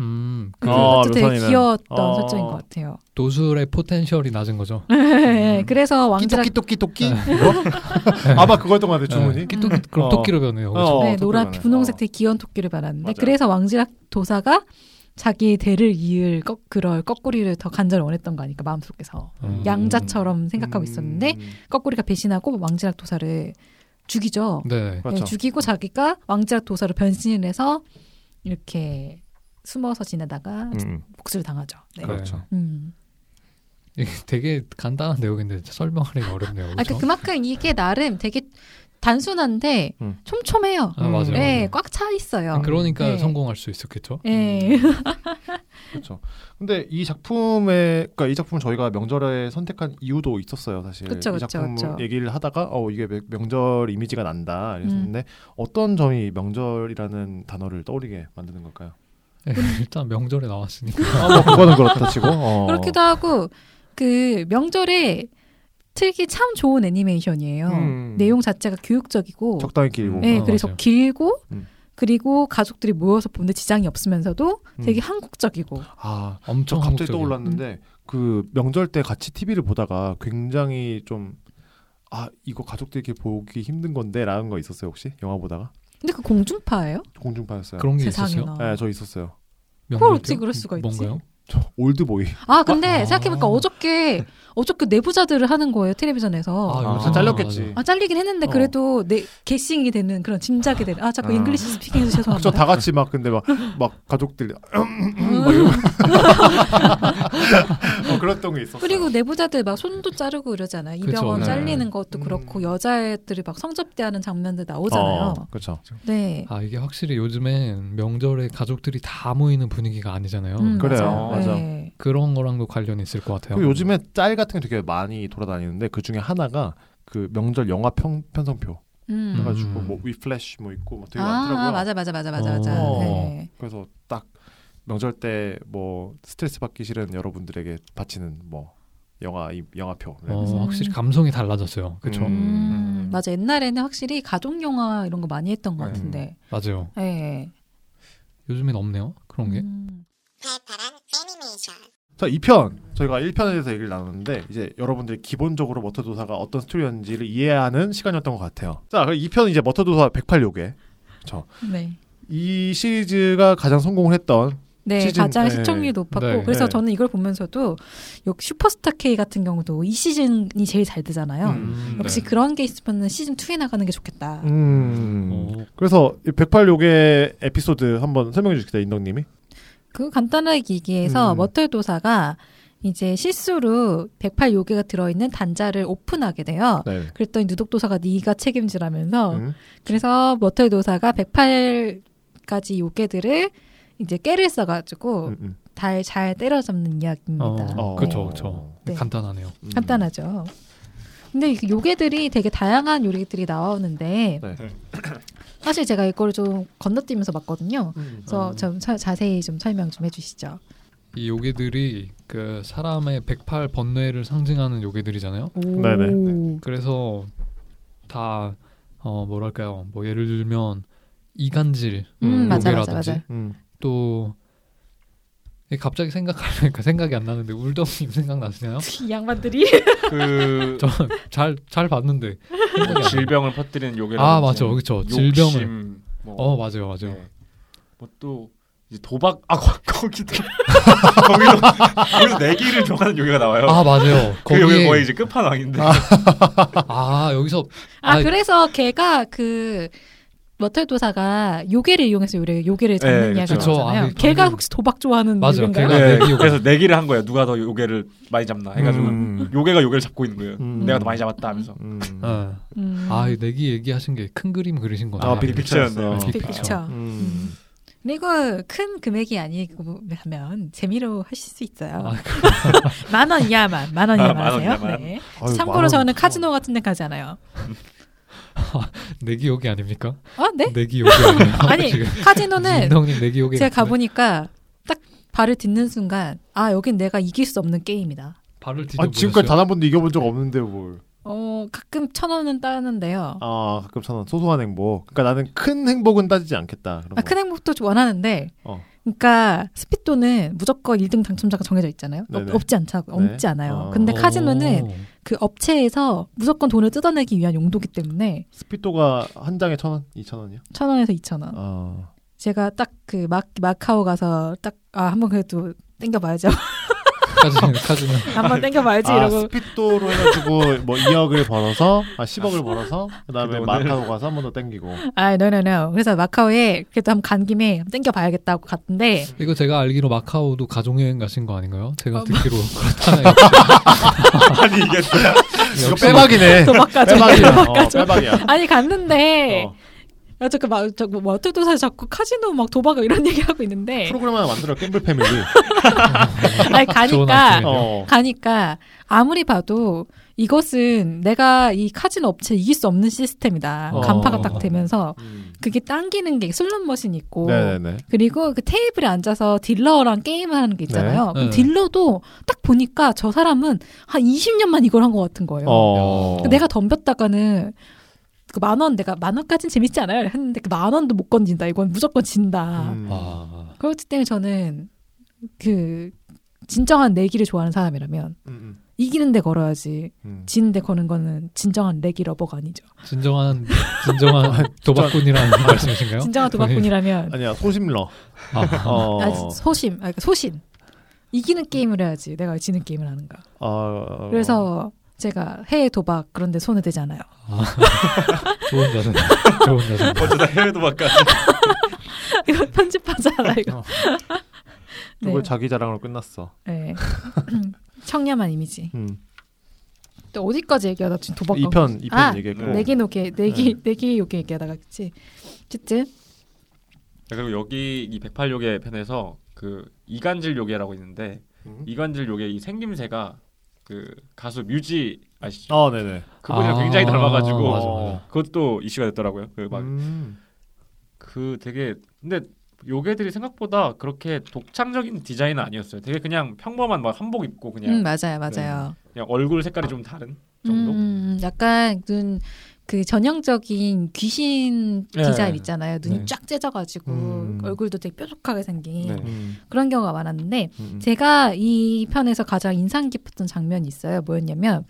음, 그 어, 것도 되게 묘선이는. 귀여웠던 어. 설정인 것 같아요. 도술의 포텐셜이 낮은 거죠. 네, 그래서 음. 왕지락 끼토끼 토끼. 네. 뭐? 아마 그거였던 것 같아 주문이. 끼토끼 그럼 어. 토끼로 변해요. 그렇죠? 어, 음. 네, 토끼 노란 변하네. 분홍색 어. 되게 귀여운 토끼를 말하는데 맞아요. 그래서 왕지락 도사가 자기 대를 이을 거, 그럴 거꾸리를 더 간절히 원했던 거 아닐까 마음속에서 음. 양자처럼 생각하고 있었는데 음. 거꾸리가 배신하고 왕지락 도사를 죽이죠. 네. 네, 그렇죠. 죽이고 자기가 왕지락 도사로 변신을 해서 이렇게 숨어서 지내다가 음. 복수를 당하죠. 네. 그렇죠. 음. 네. 이게 되게 간단한 내용인데 설명하기가 어렵네요. 아, 그, 그렇죠? 그만큼 이게 나름 되게 단순한데 음. 촘촘해요. 아, 맞아요. 네, 맞아요. 꽉 차 있어요. 그러니까 네. 성공할 수 있었겠죠. 예. 음. 그렇죠. 근데 이 작품에 그러니까 이 작품 을 저희가 명절에 선택한 이유도 있었어요, 사실. 그쵸, 이 그쵸, 작품 그쵸. 얘기를 하다가 어 이게 명- 명절 이미지가 난다. 그랬는데 음. 어떤 점이 명절이라는 단어를 떠올리게 만드는 걸까요? 네, 일단 명절에 나왔으니까. 아, 뭐 그거는 그렇다 치고. 어. 그렇기도 하고 그 명절에 틀기 참 좋은 애니메이션이에요. 음. 내용 자체가 교육적이고, 적당히 길고. 네, 어, 그래서 맞아요. 길고 음. 그리고 가족들이 모여서 보는데 지장이 없으면서도 음. 되게 한국적이고. 아, 저 어, 엄청 갑자기 한국적이에요. 음. 떠올랐는데 그 명절 때 같이 TV를 보다가 굉장히 좀 아, 이거 가족들끼리 보기 힘든 건데라는 거 있었어요, 혹시? 영화 보다가? 근데 그 공중파예요? 공중파였어요. 그런 게 세상에 있었어요. 나. 네, 저 있었어요. 그걸 명절 어떻게 때? 그럴 수가 있지? 뭔가요? 올드보이. 아 근데 생각해보니까 어저께 어저께 내부자들을 하는 거예요 아, 텔레비전에서. 다 잘렸겠지. 아 잘리긴 했는데 어. 그래도 내 개싱이 되는 그런 짐작이 되는 아 자꾸 아. 잉글리시 스피킹해서 죄송합니다. 그쵸 다 같이 막 근데 막 막 가족들 막 이러고. 어, 그랬던 게 있었어. 그리고 내부자들 막 손도 자르고 이러잖아요. 그쵸, 이병헌 네. 잘리는 것도 그렇고 여자애들이 막 성접대하는 장면들 나오잖아요. 그렇죠. 네. 아 이게 확실히 요즘엔 명절에 가족들이 다 모이는 분위기가 아니잖아요. 음, 그래요. 맞아요. 맞아. 네. 그런 거랑도 관련이 있을 것 같아요. 그리고 요즘에 짤 같은 게 되게 많이 돌아다니는데 그 중에 하나가 그 명절 영화 편, 편성표 음. 해가지고 음. 뭐 위플래시 뭐 있고 막 되게 많더라고요. 아, 아 맞아 맞아 맞아 맞아 맞아. 어, 네. 그래서 딱 명절 때 뭐 스트레스 받기 싫은 여러분들에게 바치는 뭐 영화 이 영화표. 어, 확실히 감성이 달라졌어요. 그쵸? 음. 음, 맞아 옛날에는 확실히 가족 영화 이런 거 많이 했던 것 네. 같은데. 맞아요. 네. 요즘엔 없네요. 그런 게. 음. 자, 2편. 저희가 1편에 대해서 얘기를 나눴는데 이제 여러분들이 기본적으로 머터도사가 어떤 스토리였는지를 이해하는 시간이었던 것 같아요. 자, 그럼 2편은 이제 머터도사 108요괴. 네. 이 시리즈가 가장 성공을 했던 네, 시즌, 가장 네. 시청률이 높았고 네. 그래서 네. 저는 이걸 보면서도 역 슈퍼스타 K 같은 경우도 이 시즌이 제일 잘 되잖아요. 음, 역시 그런 게 있으면 시즌 2에 나가는 게 좋겠다. 음. 어, 그래서 108요괴 에피소드 한번 설명해 주시겠다 인덕 님이. 그 간단하게 얘기해서 음. 머털도사가 이제 실수로 108 요괴가 들어있는 단자를 오픈하게 돼요. 네. 그랬더니 누독도사가 네가 책임지라면서 음. 그래서 머털도사가 108가지 요괴들을 이제 깨를 써가지고 음, 음. 잘, 잘 때려잡는 이야기입니다. 어, 네. 그쵸, 그쵸. 네. 간단하네요. 음. 간단하죠. 근데 이 요괴들이 되게 다양한 요리들이 나오는데 네. 사실 제가 이걸 좀 건너뛰면서 봤거든요. 음. 그래서 좀 자- 자세히 좀 설명 좀 해주시죠. 이 요괴들이 그 사람의 108 번뇌를 상징하는 요괴들이잖아요. 네네. 음, 그래서 다 어, 뭐랄까요? 뭐 예를 들면 이간질 음, 맞아, 맞아, 요괴라든지 맞아. 음. 또 이게 갑자기 생각하니까 생각이 안 나는데 울더님 생각나시나요? 이 양반들이 그 잘 잘 봤는데 뭐 질병을 퍼뜨리는 요괴라든지 아 맞아 그쵸 질병을 욕심, 뭐, 어 맞아요 맞아요 네. 뭐또 이제 도박 아 거, 거기도 거기도 거기서 내기를 좋아하는 요괴가 나와요. 아 맞아요 그 요괴 거의 거기에 이제 끝판왕인데. 아 여기서 아, 아, 그래서 걔가 그 머털도사가 요괴를 이용해서 요래 요괴를 잡는 네, 이야기가 그쵸. 나오잖아요. 아, 그 걔가 방금- 혹시 도박 좋아하는 맞아요. 요괴인가요? 걔가- 네, 내기 요괴. 그래서 내기를 한 거예요. 누가 더 요괴를 많이 잡나 해가지고 음. 요괴가 요괴를 잡고 있는 거예요. 음. 내가 더 많이 잡았다 하면서. 음. 어. 음. 아이 내기 얘기하신 게 큰 그림 그리신 거네 아, 빅픽처였어요. 빅픽처였어요. 빅픽처. 음. 그, 그리고 큰 금액이 아니면 재미로 하실 수 있어요. 아, 만 원 이하만, 만 원 이하만 아, 만 하세요. 원 이하만. 네. 아유, 참고로 많아. 저는 카지노 같은 데 가지 않아요. 내기 요괴 아닙니까? 어, 네? 내기 요괴 아니에요? 아니, 음. 지금 카지노는 민덕님 내기 요괴 제가 같은데? 가보니까 딱 발을 딛는 순간, 아, 여긴 내가 이길 수 없는 게임이다. 발을 디뎌 아, 지금까지 단 한 번도 이겨본 적 없는데 뭘. 어, 가끔 천 원은 따는데요. 아 가끔 저는 소소한 행복. 그러니까 나는 큰 행복은 따지지 않겠다. 그런 아, 큰 행복도 좀 원하는데, 어. 그러니까 스피또는 무조건 1등 당첨자가 정해져 있잖아요. 없- 네네. 없지 않자, 없지 않아요. 어. 근데 어. 카지노는 그 업체에서 무조건 돈을 뜯어내기 위한 용도기 때문에 스피또가 한 장에 천 원, 이천 원이요? 천 원에서 이천 원. 아, 제가 딱 그 마카오 가서 딱 아 한번 그래도 땡겨봐야죠. 카지노 카지노 한번 땡겨봐야지 아 이러고 스피또로 해가지고 뭐 2억을 벌어서, 아 10억을 벌어서 그다음에 근데 오늘- 마카오 가서 한 번 더 땡기고. 아 no no no. 그래서 마카오에 그래도 한번 간 김에 땡겨봐야겠다고 갔는데 이거 제가 알기로 마카오도 가족여행 가신 거 아닌가요? 제가 어, 듣기로 그렇다네요. 아니 이게 뭐 이거 빼박이네. 도박가죠. 빼박이야. 어, 도박가죠. 빼박이야. 아니 갔는데 어, 아 저그 막 저거 뭐 어떻게도사 자꾸 카지노 막 도박 이런 얘기 하고 있는데 프로그램 하나 만들어 갬블 패밀리. 아, 아니 좋은 가니까 아침이네요. 어. 가니까 아무리 봐도 이것은 내가 이 카지노 업체 이길 수 없는 시스템이다. 어. 간파가 딱 되면서 음. 그게 당기는 게 슬롯 머신 있고 네네네. 그리고 그 테이블에 앉아서 딜러랑 게임을 하는 게 있잖아요. 네. 네. 그럼 딜러도 딱 보니까 저 사람은 한 20년만 이걸 한 것 같은 거예요. 그러니까 어. 내가 덤볐다가는 그 만 원 내가 만 원까지는 재밌지 않아요 했는데 그 만 원도 못 건진다. 이건 무조건 진다. 음. 아, 그렇기 때문에 저는 그 진정한 내기를 좋아하는 사람이라면 음, 음, 이기는 데 걸어야지 음. 지는 데 거는 거는 진정한 내기 러버가 아니죠. 진정한 진정한 도박꾼이라는 말씀이신가요? 진정한 도박꾼이라면 아니야 소심러. 아, 네. 어. 아, 그 소심, 아, 그러니까 소신. 이기는 게임을 해야지 내가 왜 지는 게임을 하는가. 어... 그래서 제가 해외 도박 그런 데 손을 대잖아요. 좋은 자세. 좋은 자세. 어쩌다 해외 도박까지. 이거 편집하잖아 이거. 어. 그걸 네. 자기 자랑으로 끝났어. 네. 청렴한 이미지. 음. 또 어디까지 얘기하다 지금 뭐, 도박. 이편, 네. 광고. 이편 아, 네, 얘기했고. 내기 노게 내기 내기 요게 얘기하다가 그치. 어쨌든 자, 그리고 여기 이 108요괴 편에서 그 이간질 요괴라고 있는데 음. 이간질 요괴 이 생김새가 그 가수 뮤지 아시죠? 아, 네네. 그분이랑 아, 굉장히 닮아가지고 맞아, 맞아. 그것도 이슈가 됐더라고요. 그 막 그 음. 되게 근데 요괴들이 생각보다 그렇게 독창적인 디자인은 아니었어요. 되게 그냥 평범한 막 한복 입고 그냥 음, 맞아요 맞아요. 그냥 얼굴 색깔이 좀 다른 정도. 음, 약간 눈 그 전형적인 귀신 예. 디자인 있잖아요. 눈이 네. 쫙 째져가지고 음. 얼굴도 되게 뾰족하게 생긴 네. 음. 그런 경우가 많았는데 음. 제가 이 편에서 가장 인상 깊었던 장면이 있어요. 뭐였냐면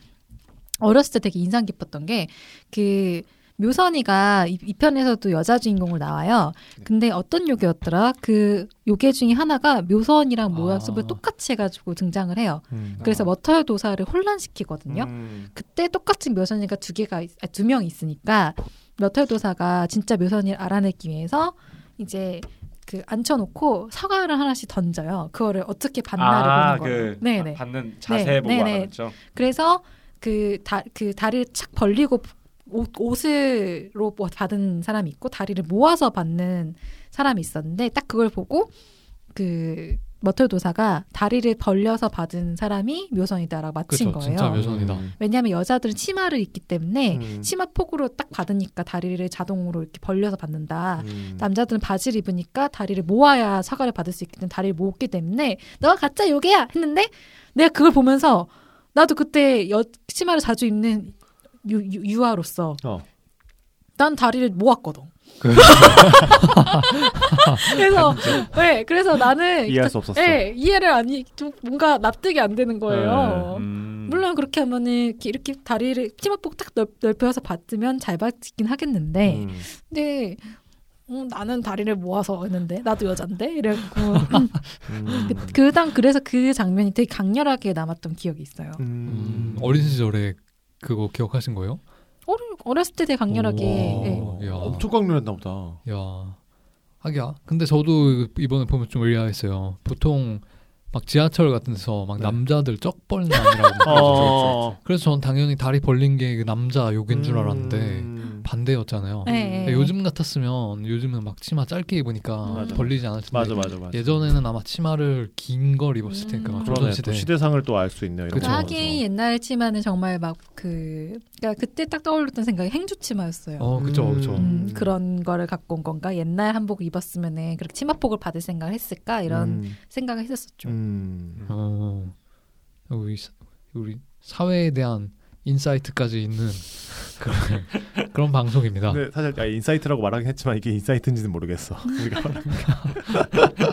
어렸을 때 되게 인상 깊었던 게 그 묘선이가 이, 이 편에서도 여자 주인공으로 나와요. 네. 근데 어떤 요괴였더라? 그 요괴 중에 하나가 묘선이랑 모양습을 아. 똑같이 해가지고 등장을 해요. 음. 아. 그래서 머털 도사를 혼란시키거든요. 음. 그때 똑같은 묘선이가 두 개가 아, 두 명 있으니까 머털 도사가 진짜 묘선이를 알아내기 위해서 이제 그 앉혀놓고 사과를 하나씩 던져요. 그거를 어떻게 받나를 아, 보는 거예요. 그 네네. 받는 자세 네, 보고 네, 네. 알았죠. 그래서 그, 다, 그 다리를 착 벌리고 옷, 옷으로 뭐 받은 사람이 있고 다리를 모아서 받는 사람이 있었는데 딱 그걸 보고 그 머털 도사가 다리를 벌려서 받은 사람이 묘선이다라고 맞힌 그렇죠. 거예요. 진짜 묘선이다. 네. 왜냐하면 여자들은 치마를 입기 네. 때문에 음. 치마 폭으로 딱 받으니까 다리를 자동으로 이렇게 벌려서 아, 받는다. 음. 남자들은 바지를 입으니까 다리를 모아야 사과를 받을 수 있기 때문에 다리를 모았기 때문에 너가 가짜 요괴야 했는데 내가 그걸 보면서 나도 그때 여, 치마를 자주 입는 유, 유, 유아로서 어. 난 다리를 모았거든. 그래서 네, 그래서 나는 아, 이해할 수 없었어. 네, 이해를 아니 좀 뭔가 납득이 안 되는 거예요. 네. 음. 물론 그렇게 하면은 이렇게, 이렇게 다리를 치마폭 딱 넓, 넓혀서 받으면 잘 받긴 하겠는데 음. 근데 어, 나는 다리를 모아서 했는데 나도 여잔데 이래갖고 음, 음. 그, 그당 그래서 그 장면이 되게 강렬하게 남았던 기억이 있어요. 음. 어린 시절에 그거 기억하신 거예요? 어리, 어렸을 때 되게 강렬하게 예. 오, 야. 엄청 강렬했나 보다. 야, 하기야. 근데 저도 이번에 보면 좀 의아했어요. 보통 막 지하철 같은 데서 막 네. 남자들 쩍벌남이라고 어. 아, 그래서 전 당연히 다리 벌린 게그 남자 욕인 줄 알았는데 음. 반대였잖아요. 네, 근데 네. 예, 요즘 같았으면 요즘은 막 치마 짧게 입으니까 맞아. 벌리지 않았을 맞아 텐데 맞아 맞아. 예전에는 아마 치마를 긴 걸 입었을 테니까 막 그러네. 조선 시대. 시대 또 시대상을 또 알 수 있네요. 이런 그쵸. 거. 그러니까 하긴 옛날 치마는 정말 막 그 그러니까 그때 딱 떠올랐던 생각이 행주 치마였어요. 어 그죠 그죠. 음, 그런 거를 갖고 온 건가? 옛날 한복 입었으면은 그렇게 치마폭을 받을 생각을 했을까? 이런 음. 생각을 했었었죠. 음. 어 우리 사- 우리 사회에 대한 인사이트까지 있는 그런, 그런 방송입니다. 근데 사실 아, 인사이트라고 말하긴 했지만 이게 인사이트인지는 모르겠어. 우리가 음. 말한 게.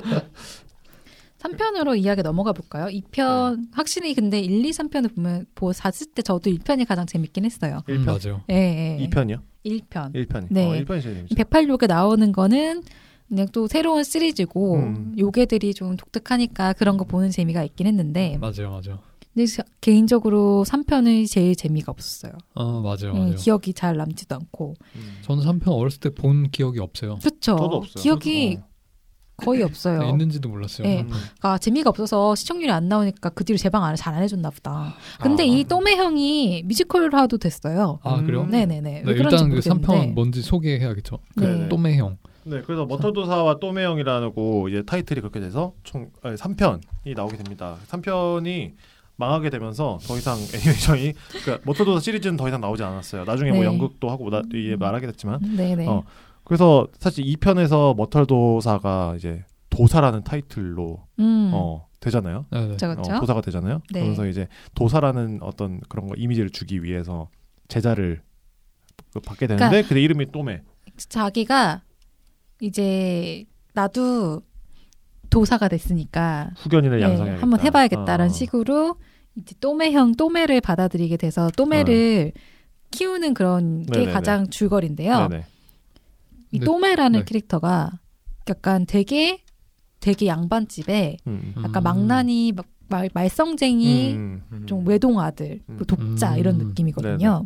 3편으로 이야기 넘어가 볼까요? 2편 네. 확실히 근데 1, 2, 3편을 보면 보 샀을 때 저도 1편이 가장 재밌긴 했어요. 음, 맞아요. 예, 예. 예. 2편이요? 1편. 1편이. 네. 어, 1편이 제일 재밌죠. 108요가 나오는 거는 그냥 또 새로운 시리즈고 음. 요괴들이 좀 독특하니까 그런 거 보는 재미가 있긴 음. 했는데 맞아요 맞아요. 근데 저- 개인적으로 3편이 제일 재미가 없었어요. 어 네, 맞아요 음, 맞아요. 기억이 잘 남지도 않고 음. 저는 3편 어렸을 때 본 기억이 없어요. 그렇죠. 저도 없어요. 기억이 저도. 거의 없어요. 있는지도 몰랐어요. 네. 음. 아, 재미가 없어서 시청률이 안 나오니까 그 뒤로 제방 안을 잘 안 해줬나 보다. 근데 아. 이 또매 형이 뮤지컬화도 됐어요. 아 그래요? 음. 네네네. 네, 왜 그런지 일단 그 모르겠는데. 3편 뭔지 소개해야겠죠. 그 네. 또매 형. 네, 그래서 머털도사와 또메형이라고 이제 타이틀이 그렇게 돼서 총 아, 3편이 나오게 됩니다. 3편이 망하게 되면서 더 이상 애니메이션이 그러니까 머털도사 시리즈는 더 이상 나오지 않았어요. 나중에 뭐 네. 연극도 하고 나, 이에 말하게 됐지만 네네. 어. 그래서 사실 2편에서 머털도사가 이제 도사라는 타이틀로 음. 어, 되잖아요. 네, 네. 그쵸, 어, 그쵸. 도사가 되잖아요. 네. 그러면서 이제 도사라는 어떤 그런 거 이미지를 주기 위해서 제자를 그 받게 되는데 그러니까- 근데 이름이 또메. 자기가 이제 나도 도사가 됐으니까 후견인을 네, 양성해야겠다. 한번 해봐야겠다라는 어. 식으로 이제 또매형 또매를 받아들이게 돼서 또매를 키우는 그런 게 어. 네네네. 가장 줄거리인데요. 네네. 이 네. 또매라는 네. 캐릭터가 약간 되게 되게 양반집에 음. 약간 망나니 막 말, 말썽쟁이 음, 음. 좀 외동아들 그리고 독자 이런 느낌이거든요.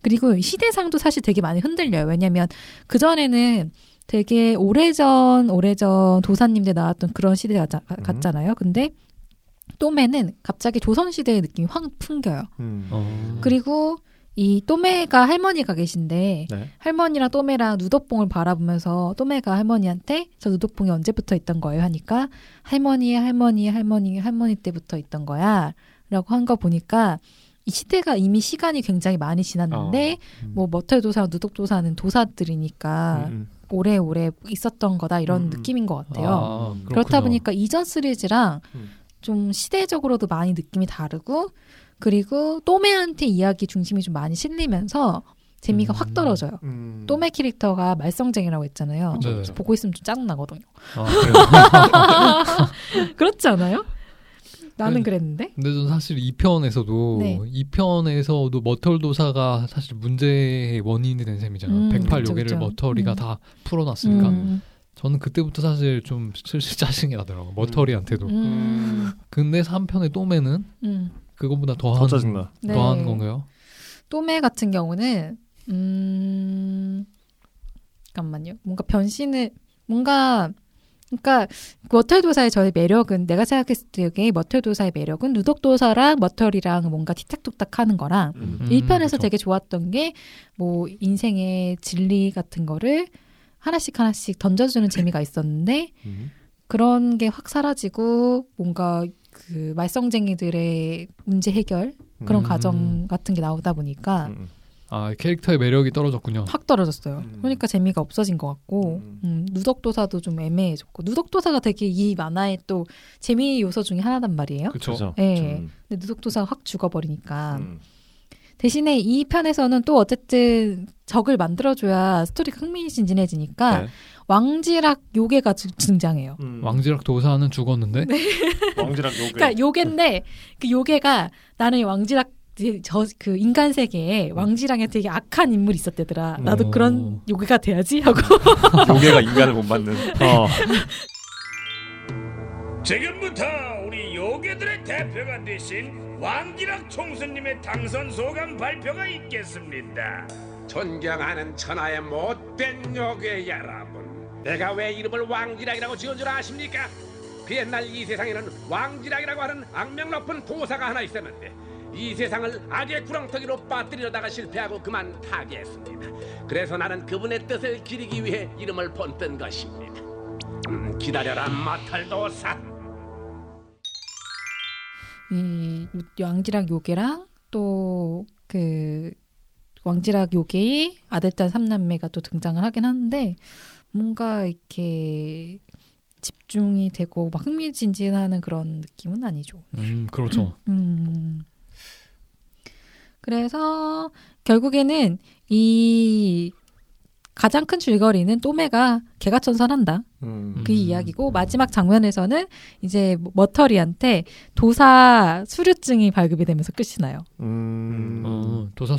그리고 시대상도 사실 되게 많이 흔들려요. 왜냐하면 그 전에는 되게 오래전 오래전 도사님들 나왔던 그런 시대 같자- 같잖아요. 근데 또매는 갑자기 조선 시대의 느낌이 확 풍겨요. 어. 그리고 이 또매가 할머니가 계신데 네. 할머니랑 또매랑 누덕봉을 바라보면서 또매가 할머니한테 저 누덕봉이 언제부터 있던 거예요 하니까 할머니의 할머니 할머니 할머니 때부터 있던 거야라고 한 거 보니까 이 시대가 이미 시간이 굉장히 많이 지났는데 뭐 머털도사 누덕도사는 도사들이니까 아, 음, 음. 오래오래 있었던 거다 이런 느낌인 것 같아요. 음. 아, 그렇다 그렇구나. 보니까 이전 시리즈랑 좀 시대적으로도 많이 느낌이 다르고 그리고 또메한테 이야기 중심이 좀 많이 실리면서 재미가 확 떨어져요. 또메 캐릭터가 말썽쟁이라고 했잖아요. 그쵸, 그쵸. 보고 있으면 좀 짜증나거든요. 아, 그래요? 그렇지 않아요? 나는 그랬는데. 근데 전 사실 이편에서도 네. 이편에서도 머털도사가 사실 문제의 원인이 된 셈이잖아요. 음, 108 그쵸, 요괴를 그쵸. 머털이가 음. 다 풀어놨으니까. 음. 저는 그때부터 사실 좀 슬슬 짜증이 나더라고요. 머털이한테도. 음. 근데 3편의 또매는 음. 그거보다 더한, 짜증나. 네. 더한 건가요? 또메 같은 경우는 음 잠깐만요. 뭔가 변신을 뭔가 그러니까 머털도사의 저의 매력은 내가 생각했을 때 여기 머털도사의 매력은 누덕도사랑 머털이랑 뭔가 티탁톡탁하는 거랑 음. 일 1편에서 음, 그쵸. 되게 좋았던 게 뭐 인생의 진리 같은 거를 하나씩 하나씩 던져주는 재미가 있었는데 그런 게 확 사라지고 뭔가 그 말썽쟁이들의 문제 해결 그런 음. 과정 같은 게 나오다 보니까 아 캐릭터의 매력이 떨어졌군요. 아, 확 떨어졌어요. 그러니까 재미가 없어진 것 같고 음, 누덕도사도 좀 애매해졌고 누덕도사가 되게 이 만화의 또 재미 요소 중에 하나단 말이에요. 그쵸. 그쵸. 예. 음. 근데 누덕도사가 확 죽어버리니까 음. 대신에 이 편에서는 또 어쨌든 적을 만들어줘야 스토리가 흥미진진해지니까 네. 왕지락 요괴가 주- 등장해요. 음. 왕지락 도사는 죽었는데 네. 왕지락 요괴. 그러니까 요괴인데 그 요괴가 나는 왕지락 저 그 인간 세계에 왕지랑에 되게 악한 인물이 있었대더라. 나도 그런 요괴가 돼야지 하고 요괴가 인간을 못 맞는. 지금부터 우리 요괴들의 대표가 되신 왕기락 총수님의 당선 소감 발표가 있겠습니다. 존경하는 천하의 못된 요괴 여러분 내가 왜 이름을 왕지락이라고 지은 줄 아십니까? 그 옛날 이 세상에는 왕지락이라고 하는 악명 높은 도사가 하나 있었는데 이 세상을 악의 구렁텅이로 빠뜨리려다가 실패하고 그만 타계했습니다 그래서 나는 그분의 뜻을 기리기 위해 이름을 본뜬 것입니다 음, 기다려라 마탈도사 이 왕지락 요괴랑 또 그 왕지락 요괴의 아들 딸 삼남매가 또 등장을 하긴 하는데 뭔가 이렇게 집중이 되고 막 흥미진진하는 그런 느낌은 아니죠. 음 그렇죠. 음. 그래서 결국에는 이 가장 큰 줄거리는 또메가 개가 천선한다. 그 이야기고 마지막 장면에서는 이제 머터리한테 도사 수료증이 발급이 되면서 끝이 나요. 음. 어, 도사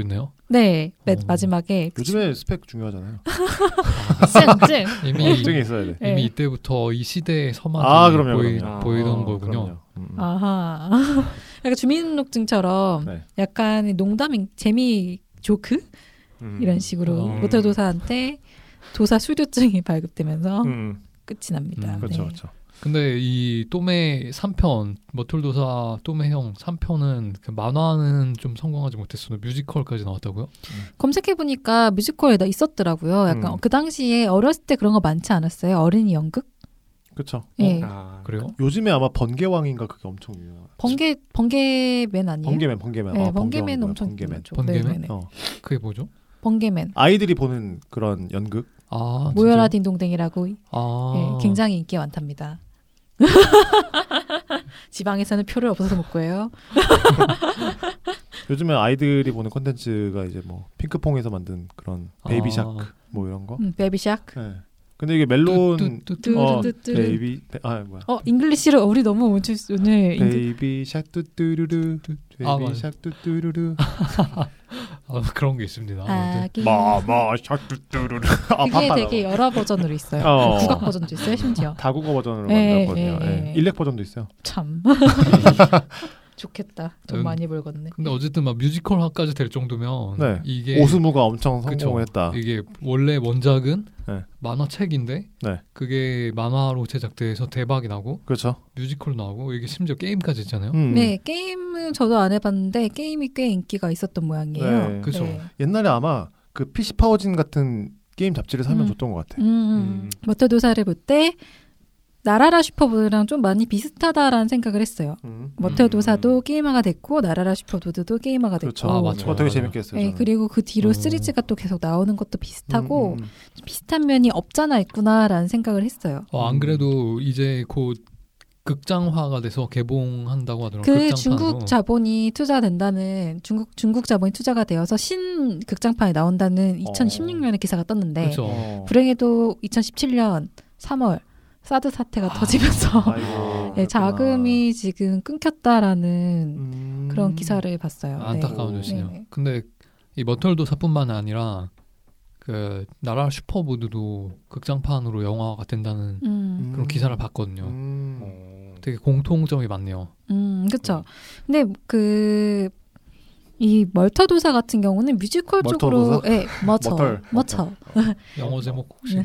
있네요. 네, 네, 마지막에 요즘에 스펙 중요하잖아요. 찡, 찡. 이미 증이 있어야 돼. 이미 네. 이때부터 이 시대의 서막이 아, 그럼요, 보이, 그럼요. 보이던 아, 그럼요. 거군요. 아하. 약간 주민등록증처럼 네. 약간 농담인 재미 조크 음. 이런 식으로 음. 모텔 도사한테 도사 수료증이 발급되면서 음. 끝이 납니다. 네. 근데 이 또메 3편 머툴도사 또메 형 3편은 그 만화는 좀 성공하지 못했었는데 뮤지컬까지 나왔다고요? 검색해 보니까 뮤지컬에 나 있었더라고요. 약간 음. 그 당시에 어렸을 때 그런 거 많지 않았어요. 어린이 연극? 그렇죠. 예. 어, 아, 그래요? 요즘에 아마 번개왕인가 그게 엄청 유명. 번개 번개맨 아니에요? 번개맨, 번개맨. 네, 아, 번개맨 번개왕이구나, 엄청 번개맨. 유명하죠. 네, 네, 네. 어. 그게 뭐죠? 번개맨. 아이들이 보는 그런 연극. 아, 모여라 딩동댕이라고 아. 예, 굉장히 인기가 많답니다. 지방에서는 표를 없어서 못 구해요. 요즘에 아이들이 보는 컨텐츠가 이제 뭐 핑크퐁에서 만든 그런 베이비 샤크 뭐 이런 거. 음, 베이비 샤크. 네. 근데 이게 멜론 뚜뚜뚜. 어, 뚜뚜뚜. 베이비 베- 아 뭐야? 어, 잉글리시로 우리 너무 오늘 오늘 잉글... 베이비 샤뚜뚜루루 아, 베이비 맞아. 샤뚜뚜루루 아, 그런 게 있습니다. 아기. 네. 네. 마마 샤뚜뚜루루. 아, 그게 바빠요. 되게 여러 버전으로 있어요. 어. 국악 버전도 있어요, 심지어. 다국어 버전으로 예, 만들었거든요. 예, 예. 예. 일렉 버전도 있어요. 참. 좋겠다. 돈 음, 많이 벌겠네. 근데 어쨌든 막 뮤지컬화까지 될 정도면 네. 이게 오스무가 엄청 그쵸. 성공을 했다. 이게 원래 원작은 네. 만화책인데 네. 그게 만화로 제작돼서 대박이 나고 그렇죠. 뮤지컬 나오고 이게 심지어 게임까지 있잖아요. 음. 네, 게임은 저도 안 해봤는데 게임이 꽤 인기가 있었던 모양이에요. 네. 네. 옛날에 아마 그 PC 파워진 같은 게임 잡지를 사면 음. 줬던 것 같아. 음, 음. 머털도사를 볼 때 나라라 슈퍼보드랑 좀 많이 비슷하다라는 생각을 했어요. 머털도사도 게임화가 됐고 나라라 슈퍼보드도 게임화가 됐고. 음. 그렇죠. 아, 맞아요. 그거 되게 재밌게 했어요, 네, 저는. 그리고 그 뒤로 음. 시리즈가 또 계속 나오는 것도 비슷하고 음, 음, 비슷한 면이 없잖아 있구나라는 생각을 했어요. 어, 안 그래도 이제 곧 극장화가 돼서 개봉한다고 어, 하더라고요. 그 극장판으로. 중국 자본이 투자된다는 중국 중국 자본이 투자가 되어서 신 극장판이 어. 나온다는 2016년에 기사가 떴는데 그렇죠. 그쵸. 어. 불행히도 2017년 3월 사드 사태가 터지면서 아, 아이고, 네, 자금이 지금 끊겼다라는 그런 기사를 봤어요. 네. 음. 아, 안타까운 뉴스네요. 네. 근데 이 머털도사뿐만 아니라 그 나라 슈퍼보드도 극장판으로 영화가 된다는 음. 그런 기사를 봤거든요. 되게 공통점이 많네요. 음, 그렇죠. 근데 그. 이 멀터도사 같은 경우는 뮤지컬 쪽으로 멀터도사? 예, 머처 머털. 머처 네. 영어 제목 혹시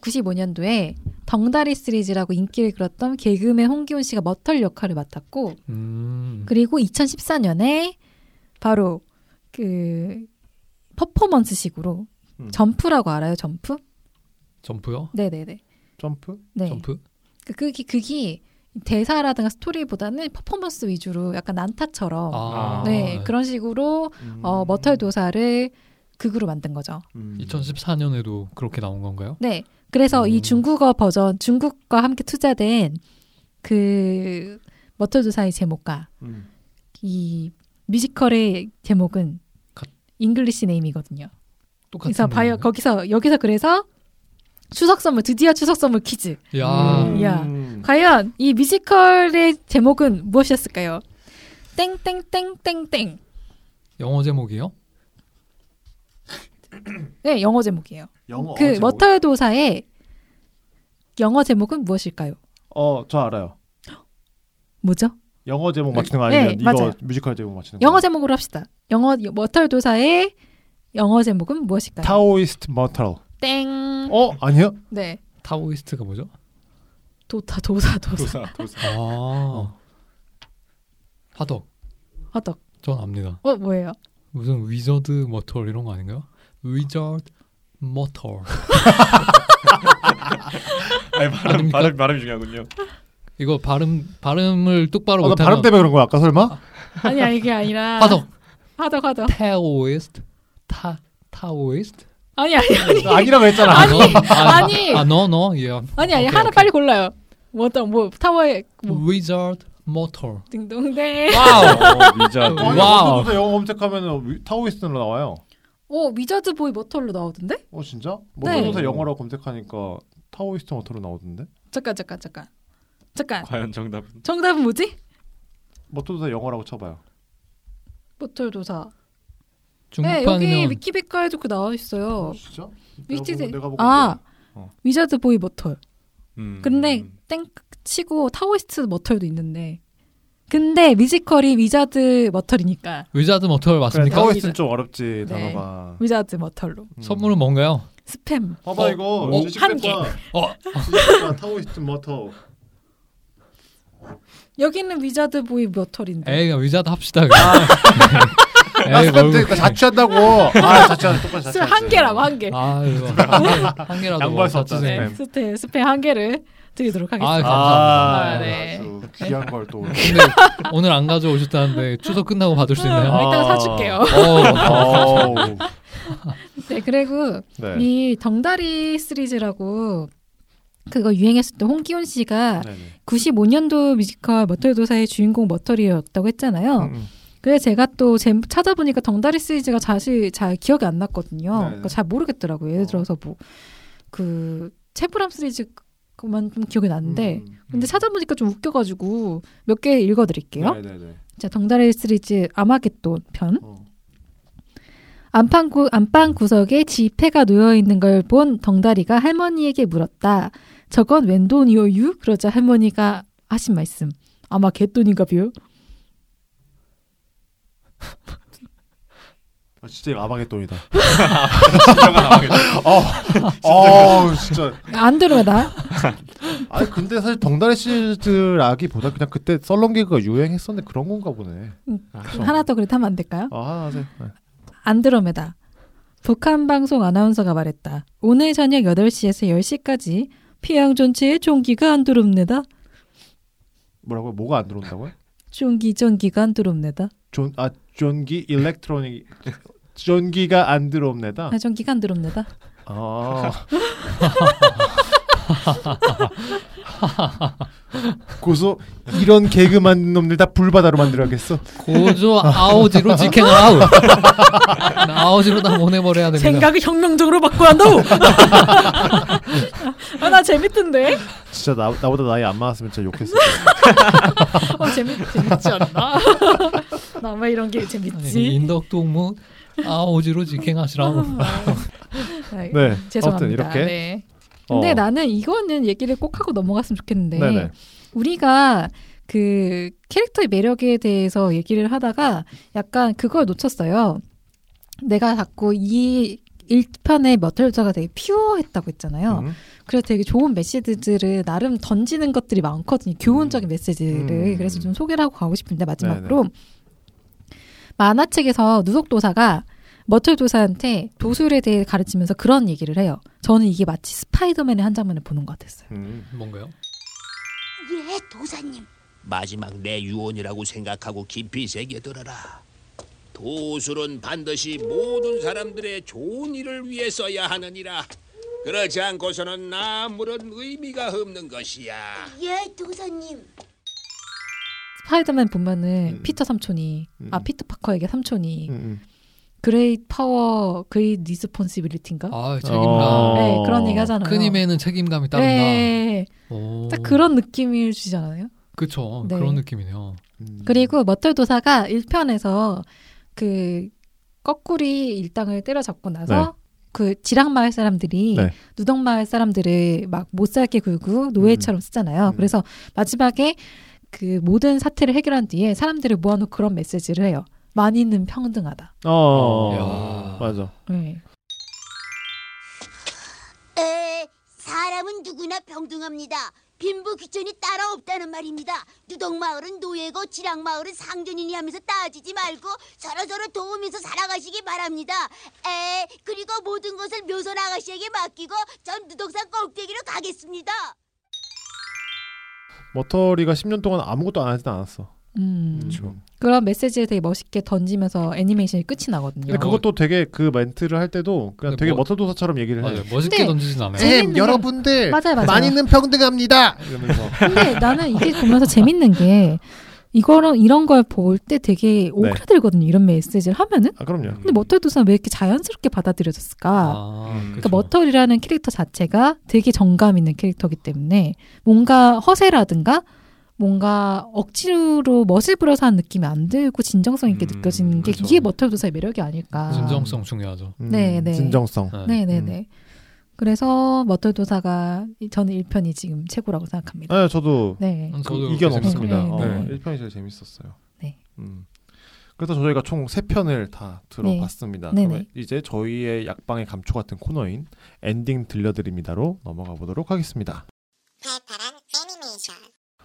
95년도에 덩다리 시리즈라고 인기를 끌었던 개그맨 홍기훈 씨가 머털 역할을 음. 맡았고 그리고 2014년에 바로 그 퍼포먼스식으로 음. 점프라고 알아요 점프? 점프요? 네네네. 점프? 네. 점프? 그- 그게 그게 대사라든가 스토리보다는 퍼포먼스 위주로 약간 난타처럼 아. 네 그런 식으로 음. 어, 머털 도사를 극으로 만든 거죠. 음. 2014년에도 그렇게 나온 건가요? 네. 그래서 이 중국어 버전, 중국과 함께 투자된 그 머털조사의 제목과 음. 이 뮤지컬의 제목은 잉글리시 네임이거든요. 똑같은 그래서 바이어 거기서 여기서 그래서 추석 선물 드디어 추석 선물 퀴즈. 음. 야. 야. 과연 이 뮤지컬의 제목은 무엇이었을까요? 땡땡땡땡땡. 영어 제목이요? 네, 영어 제목이에요. 영어 그 제목이요? 머털도사의 영어 제목은 무엇일까요? 어, 저 알아요. 뭐죠? 영어 제목 맞추는 거 네, 아니면 이거 맞아요. 뮤지컬 제목 맞추는 거. 영어 제목으로 합시다. 영어 머털도사의 영어 제목은 무엇일까요? 타오이스트 머털. 땡. 어, 아니요? 네. 타오이스트가 뭐죠? 도타 도사 도사. 아. 화덕. 화덕. 전 압니다. 어 뭐예요? 무슨 위저드 머털 이런 거 아닌가요? 위저드 머털. 아니, 발음, 아닙니까? 발음, 발음이 중요하군요. 이거 발음 발음을 똑바로 어, 나 못하면 발음 때문에 그런 거야. 아까 설마? 아니야 이게 아니라 화덕. 화덕 화덕 타오이스트. 타 타오이스트. 아니 아니 아니 아니라고 했잖아. 아니 아, 아니 no no. 예. 아니 아니 하나 빨리 골라요 뭐 어떤 뭐 타워에 음. 위저드 머털. 딩동댕 와우. 위저드. 와우. 영어 검색하면 타오이스트로 나와요. 오 위저드 보이 머털로 나오던데 어, 진짜? 네. 모터도사 영어로 검색하니까 타오이스트 머털로 나오던데? 잠깐 잠깐 잠깐 잠깐 과연 정답은? 정답은 뭐지 모터도사 영어라고 쳐봐요. 머털도사 네 여기 중국판이면 위키백과에도 그 나와 있어요 진짜 위키드 내가 보고 아 어. 위저드 보이 머털 음. 근데 땡 치고 타오이스트 머털도 있는데. 근데 뮤지컬이 위자드 머털이니까 위자드 머털 그래, 맞습니까? 음. 타오이스트는 좀 어렵지 네. 단어가. 위자드 머털로 선물은 뭔가요? 스팸. 봐봐 이거 어, 한 개. 어. 지식백과 타오이스트 머터. 여기는 위자드 보이 머털인데 에이 그냥 위자드 합시다. 그냥. 에이, 나 뭘 습관적이니까 그렇게. 자취한다고. 아 자취한 똑같이 자취. 한 개라고 네. 한개 아 이거 한 개- 한 개라도 양보할 수 없다, 다치지. 네. 스팸 스팸 한 개를 드리도록 하겠습니다. 아, 아, 아, 네. 네. 아주 귀한 걸 또. 근데 오늘 안 가져오셨다는데 추석 끝나고 받을 수 있나요? 어, 이따가 사줄게요. 어. 어우. 네, 그리고 네. 이 덩다리 시리즈라고 그거 유행했을 때 홍기훈 씨가 네네. 95년도 뮤지컬 머털도사의 주인공 머털이었다고 했잖아요. 음. 그래서 제가 또 제- 찾아보니까 덩다리 시리즈가 사실 잘 기억이 안 났거든요. 네네. 그러니까 잘 모르겠더라고요. 예를 들어서 뭐 뭐그 체브람 시리즈만 좀 음, 기억이 나는데 근데 찾아보니까 좀 네. 웃겨가지고 몇 개 읽어드릴게요. 네네네. 어. 자, 덩달의 시리즈 아마겟돈 편. 안방, 구, 안방 구석에 지폐가 놓여 있는 걸 본 덩다리가 할머니에게 물었다. 저건 웬 돈이오유? 그러자 할머니가 하신 말씀. 아마 개돈인가 뷰. 아, 진짜 이거 아마겟돈이다. 진정한 아마겟돈. 어, 어, 진짜. 안 들어요, 나? 아니 근데 사실 덩달의 시즈라기보다 그냥 그때 썰렁개그가 유행했었는데 그런 건가 보네. 음, 아, 그럼 하나 더 그래도 하면 안 될까요? 아, 하나 하세요. 네. 안드로메다. 북한 방송 아나운서가 말했다. 오늘 저녁 8시에서 10시까지 피양 전체에 종기가 안 들어옵니다. 뭐라고요? 뭐가 안 들어온다고요? 종기 전기가 안 들어옵니다. 존, 아, 존기 일렉트로닉 존기가 안 들어옵니다. 아, 전기가 안 들어옵니다. 아. 고소 이런 개그 만든 놈들 다 불바다로 만들어야겠어. 고소 아오지로 직행 아웃. 아오지로 다 보내버려야 됩니다. 생각을 혁명적으로 바꿔야 한다. 아, 나 재밌던데. 진짜 나, 나보다 나이 안 많았으면 진짜 욕했을 어, 재밌, 재밌지 않나? 나만 이런 게 재밌지. 인덕동무 아오지로 직행하시라고. 아이, 네, 죄송합니다. 아무튼 이렇게. 네. 근데 어. 나는 이거는 얘기를 꼭 하고 넘어갔으면 좋겠는데 네네. 우리가 그 캐릭터의 매력에 대해서 얘기를 하다가 약간 그걸 놓쳤어요. 내가 자꾸 이 1편의 머털자가 되게 퓨어했다고 했잖아요. 음. 그래서 되게 좋은 메시지들을 나름 던지는 것들이 많거든요. 교훈적인 메시지를. 음. 그래서 좀 소개를 하고 가고 싶은데 마지막으로 만화책에서 누속도사가 머털도사한테 도술에 대해 가르치면서 그런 얘기를 해요. 저는 이게 마치 스파이더맨의 한 장면을 보는 것 같았어요. 음, 뭔가요? 예, 도사님. 마지막 내 유언이라고 생각하고 깊이 새겨들어라. 도술은 반드시 모든 사람들의 좋은 일을 위해 써야 하느니라. 그렇지 않고서는 아무런 의미가 없는 것이야. 예, 도사님. 스파이더맨 보면은 피터 삼촌이 아 피터 파커에게 삼촌이 음. 그레이 파워 그레이 리스폰시빌리티인가? 아 어. 책임감. 네 그런 얘기 하잖아요. 큰 힘에는 책임감이 따른다. 네. 오. 딱 그런 느낌을 주잖아요. 그쵸. 네. 그런 느낌이네요. 음. 그리고 머털도사가 1편에서 그 거꾸리 일당을 때려잡고 나서 네. 그 지랑마을 사람들이 네. 누덕마을 사람들을 막 못 살게 굴고 음. 노예처럼 쓰잖아요. 그래서 마지막에 그 모든 사태를 해결한 뒤에 사람들을 모아놓고 그런 메시지를 해요. 많이는 평등하다. 어, 어, 맞아. 네. 에, 사람은 누구나 평등합니다. 빈부 귀천이 따라 없다는 말입니다. 누덕마을은 노예고 지랑마을은 상전이니 하면서 따지지 말고 서로서로 도우면서 살아가시기 바랍니다. 에, 그리고 모든 것을 묘선 아가씨에게 맡기고 전 누덕산 꼭대기로 가겠습니다. 머터리가 10년 동안 아무것도 안 하진 않았어. 음. 그렇죠. 그런 메시지를 되게 멋있게 던지면서 애니메이션이 끝이 나거든요. 근데 그것도 되게 그 멘트를 할 때도 그냥 되게 머터도사처럼 얘기를 해요. 멋있게 근데 던지진 않아요. 재밌는 건- 여러분들 맞아요, 맞아요. 많이는 평등합니다. 이러면서. 근데 나는 이게 보면서 재밌는 게 이거는 이런 걸 볼 때 네. 되게 오그라들거든요. 이런 메시지를 하면은. 아, 그럼요. 음. 근데 머털도사는 왜 이렇게 자연스럽게 받아들여졌을까? 그러니까 그쵸. 머털이라는 캐릭터 자체가 되게 정감 있는 캐릭터기 때문에 뭔가 허세라든가 뭔가 억지로 멋을 부려서 한 느낌이 안 들고 진정성 있게 느껴지는 게 이게 머털도사의 매력이 아닐까. 음, 그렇죠. 진정성 음. 중요하죠. 네, 네. 음, 진정성. 네, 네, 네. 그래서 머털도사가 이- 저는 1편이 지금 최고라고 생각합니다. 아. 네, 저도 네. 그 저도 이견 그렇게 없습니다. 생각해요. 어, 네. 1편이 제일 재밌었어요. 네. 음. 그래서 저희가 총 3편을 다 들어봤습니다. 네. 그러면 네네. 이제 저희의 약방의 감초 같은 코너인 엔딩 들려드립니다로 넘어가 보도록 하겠습니다.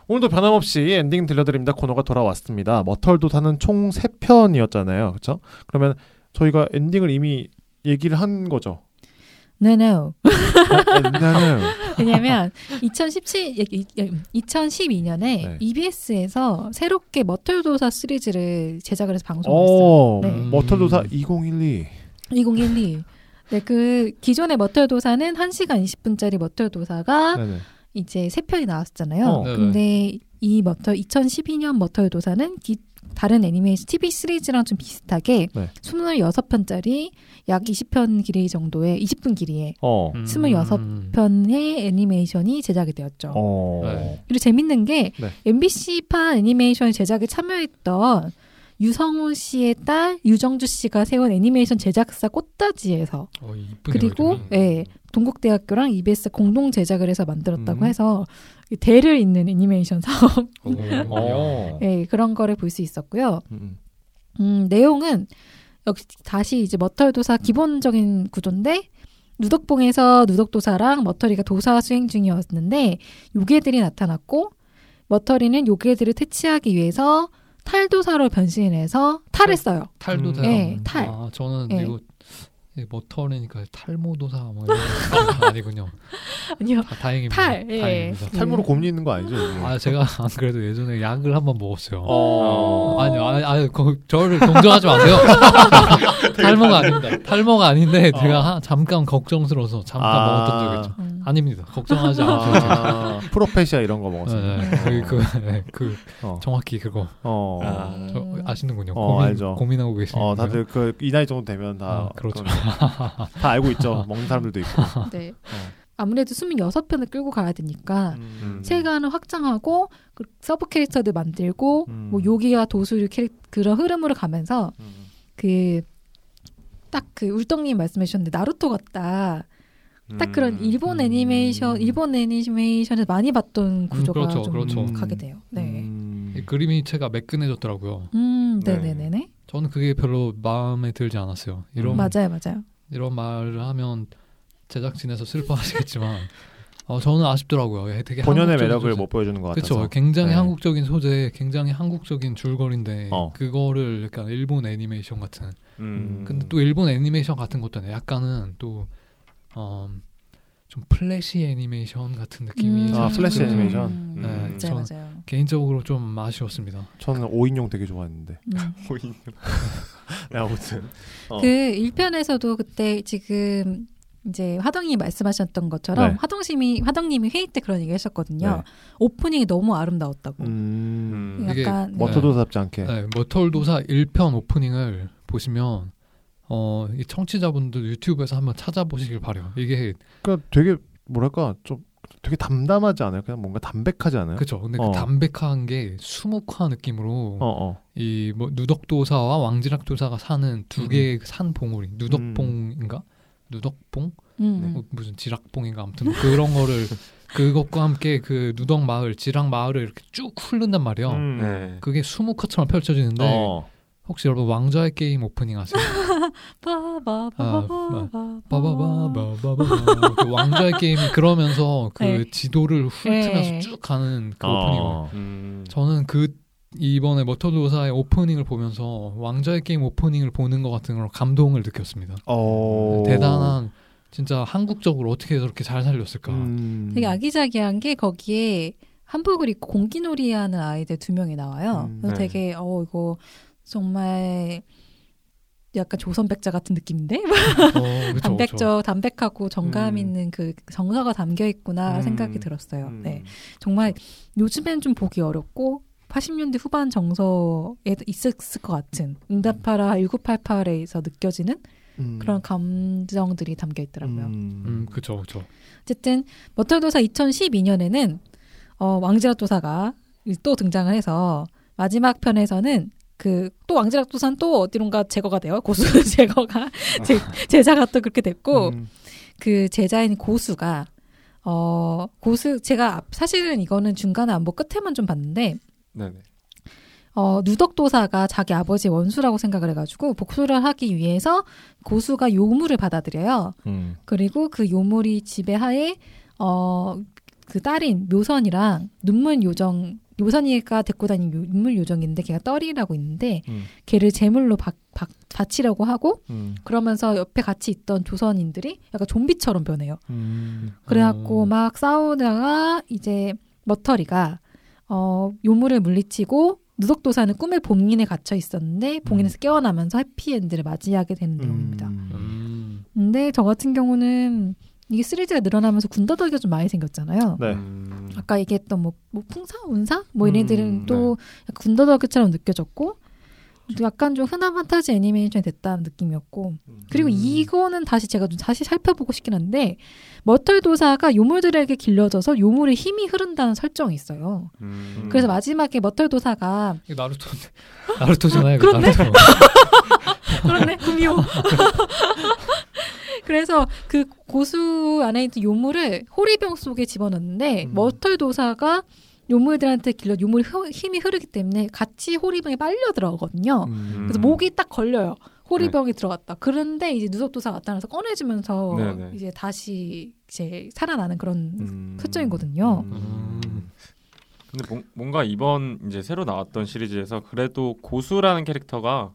오늘도 변함없이 엔딩 들려드립니다 코너가 돌아왔습니다. 머털도사는 총 3편이었잖아요. 그렇죠? 그러면 저희가 엔딩을 이미 얘기를 한 거죠. 어, No, no. 나는 왜냐면 예, 2017 2012년에 네. EBS에서 새롭게 머털도사 시리즈를 제작을 해서 어, 방송했어요. 네. 머털도사 음. 2012. 2012. 네, 그 기존의 머털도사는 1시간 20분짜리 머털도사가 네네. 이제 세 편이 나왔잖아요. 어. 네네. 근데 이 머털 2012년 머털도사는 기- 다른 애니메이션 TV 시리즈랑 좀 비슷하게 네. 26편짜리 약 20편 길이 정도의 20분 길이의 어. 음. 26편의 애니메이션이 제작이 되었죠. 어. 네. 그리고 재밌는 게 네. MBC판 애니메이션 제작에 참여했던 유성훈 씨의 딸 유정주 씨가 세운 애니메이션 제작사 꽃다지에서 어, 그리고 예, 동국대학교랑 EBS 공동 제작을 해서 만들었다고 해서 이 대를 잇는 애니메이션 사업 어. 예, 그런 거를 볼 수 있었고요. 음, 내용은 역시 다시 이제 음. 머털도사 기본적인 구조인데 누덕봉에서 누덕도사랑 머털이가 도사 수행 중이었는데 요괴들이 나타났고 머털이는 요괴들을 퇴치하기 위해서 탈도사로 변신해서 탈했어요. 음. 탈도사. 네, 탈. 아, 저는 예. 이거 머터니까 탈모도사 뭐 이런 거 아니군요. 아니요. 다, 다행입니다. 탈, 예. 다행입니다. 탈모로 고민이 있는 거 아니죠? 이게? 아 제가 안 그래도 예전에 약을 한 번 먹었어요. 어. 아니 아니, 아니 그, 저를 동정하지 마세요. 탈모가 아닙니다. 탈모가 아닌데 제가 하- 잠깐 걱정스러워서 잠깐 어. 아. 먹었던 적이 있죠. 음. 아닙니다. 걱정하지 않아도 아, 프로페시아 이런 거 먹었어요. 네, 그, 그, 네, 그 어. 정확히 그거 어. 아, 저, 네. 아시는군요. 어, 고민, 알죠. 고민하고 계시는 어, 다들 그 이 나이 정도 되면 다 아, 그런- 그렇죠. 다 알고 있죠. 먹는 사람들도 있고. 네. 어. 아무래도 26편을 끌고 가야 되니까 음. 세간을 확장하고 그 서브 캐릭터들 만들고 음. 뭐 요기와 도수류 캐릭 그런 흐름으로 가면서 그 딱 그 울떡님 말씀해 주셨는데 나루토 같다. 딱 음. 음. 그런 일본 애니메이션 일본 애니메이션에서 많이 봤던 구조가 그렇죠, 좀 그렇죠. 가게 돼요. 네. 음. 이 그림이체가 매끈해졌더라고요. 음, 네. 네네네네. 저는 그게 별로 마음에 들지 않았어요. 이런 맞아요, 맞아요. 이런 말을 하면 제작진에서 슬퍼하시겠지만 어, 저는 아쉽더라고요. 예, 되게 본연의 한국적인 매력을 소재. 못 보여주는 것 같아서. 그렇죠. 굉장히 네. 한국적인 소재, 굉장히 한국적인 줄거리인데 어. 그거를 약간 일본 애니메이션 같은. 음. 근데 또 일본 애니메이션 같은 것도 아니라 약간은 또 어, 좀 플래시 애니메이션 같은 느낌이 음. 아, 살짝 플래시 들어서. 애니메이션? 네, 음. 저는 맞아요, 맞아요. 개인적으로 좀 아쉬웠습니다. 저는 5인용 되게 좋아했는데. 음. 5인용. 네, 아무튼. 어. 그 1편에서도 그때 지금 이제 화덕이 말씀하셨던 것처럼 네. 화덕심이 화덕님이 회의 때 그런 얘기 하셨거든요. 네. 오프닝이 너무 아름다웠다고. 음. 약간, 이게 네. 머터도답지 않게. 네, 머털도사 1편 오프닝을 보시면 어, 이 청취자분들 유튜브에서 한번 찾아보시길 바래요. 이게 그러니까 되게 뭐랄까 좀 되게 담담하지 않아요? 그냥 뭔가 담백하지 않아요? 그렇죠. 근데 어. 그 담백한 게 수묵화 느낌으로 어, 어. 이 뭐 누덕도사와 왕지락도사가 사는 두 개의 산 봉우리 누덕봉인가 누덕봉 음. 뭐 무슨 지락봉인가 아무튼 뭐 그런 거를 그것과 함께 그 누덕 마을 지락 마을을 이렇게 쭉 흐른단 말이에요. 음. 네. 그게 수묵화처럼 펼쳐지는데 어. 혹시 여러분 왕좌의 게임 오프닝 아세요? 아, 빠바바바바. 어. 빠바바바바바바. 그 왕좌의 게임이 그러면서 그 네. 지도를 훑으면서 네. 쭉 가는 그 어. 오프닝을 저는 그 이번에 머터도사의 오프닝을 보면서 왕좌의 게임 오프닝을 보는 것 같은 걸 감동을 느꼈습니다. 어. 네, 대단한 진짜 한국적으로 어떻게 저렇게 잘 살렸을까. 음. 되게 아기자기한 게 거기에 한복을 입고 공기놀이 하는 아이들 두 명이 나와요. 음, 그래서 네. 되게 어 이거 정말 약간 조선백자 같은 느낌인데 어, 그쵸, 담백적 그쵸. 담백하고 정감 음. 있는 그 정서가 담겨 있구나 음, 생각이 들었어요. 네, 정말 요즘엔 좀 보기 어렵고 80년대 후반 정서에 있었을 것 같은 응답하라 1988에서 느껴지는 음. 그런 감정들이 담겨 있더라고요. 음, 그쵸, 그쵸. 어쨌든 머털도사 2012년에는 어, 왕지락도사가 또 등장을 해서 마지막 편에서는 그 또 왕지락도사는 또 어디론가 제거가 돼요. 고수 제거가 제, 제자가 또 그렇게 됐고 음. 음. 그 제자인 고수가 어 고수 제가 앞- 사실은 이거는 중간에 안보 끝에만 좀 봤는데 네네. 어, 누덕도사가 자기 아버지 원수라고 생각을 해가지고 복수를 하기 위해서 고수가 요물을 받아들여요. 음. 그리고 그 요물이 지배하에 어, 그 딸인 묘선이랑 눈물 요정 요선이가 데리고 다니는 요- 눈물 요정인데 걔가 떨이라고 있는데 음. 걔를 제물로 바, 바, 바치려고 하고 음. 그러면서 옆에 같이 있던 조선인들이 약간 좀비처럼 변해요. 음. 그래갖고 막 싸우다가 이제 머터리가 어, 요물을 물리치고 누덕도사는 꿈의 봉인에 갇혀 있었는데 봉인에서 깨어나면서 해피엔드를 맞이하게 음. 되는 내용입니다. 음. 음. 근데 저 같은 경우는 이게 시리즈가 늘어나면서 군더더기가 좀 많이 생겼잖아요. 네. 아까 얘기했던 뭐, 뭐 풍사, 운사, 뭐 이런 애들은 또 약간 군더더기처럼 느껴졌고 약간 좀 흔한 판타지 애니메이션이 됐다는 느낌이었고 그리고 이거는 다시 제가 좀 다시 살펴보고 싶긴 한데 머털 도사가 요물들에게 길러져서 요물의 힘이 흐른다는 설정이 있어요. 음. 그래서 마지막에 머털 도사가 이거 나루토 나루토잖아요. 이거 그렇네. 나루토. 그렇네 구미호. 그래서 그 고수 안에 있는 요물을 호리병 속에 집어넣는데 음. 머털 도사가 요물들한테 길러 요물 흐, 힘이 흐르기 때문에 같이 호리병에 빨려 들어가거든요. 음. 그래서 뭐 목이 딱 걸려요. 호리병이 들어갔다. 그런데 이제 누석 도사 나타나서 꺼내주면서 네, 음, 네. 이제 다시 이제 살아나는 그런 설정이거든요. 음. 근데 뭐- 뭔가 이번 이제 새로 나왔던 시리즈에서 그래도 고수라는 캐릭터가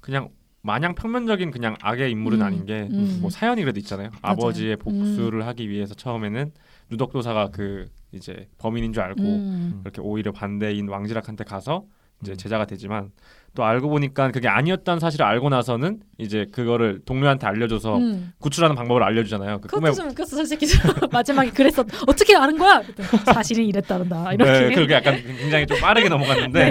그냥 마냥 평면적인 그냥 악의 인물은 음, 아닌 게 음. 뭐 사연이 그래도 있잖아요. 맞아요. 버지의 복수를 하기 위해서 처음에는 누덕도사가 그 이제 범인인 줄 알고 음. 이렇게 오히려 반대인 왕지락한테 가서 이제 제자가 되지만 또 알고 보니까 그게 아니었다는 사실을 알고 나서는 이제 그거를 동료한테 알려줘서 음. 그렇죠. 구출하는 방법을 알려주잖아요. 그 그것도 좀 웃겼어 솔직히 마지막에 그랬어 어떻게 아는 거야? 그랬더니 사실은 아, 이랬다른다 이렇게 네, 그렇게 약간 굉장히 좀 빠르게 넘어갔는데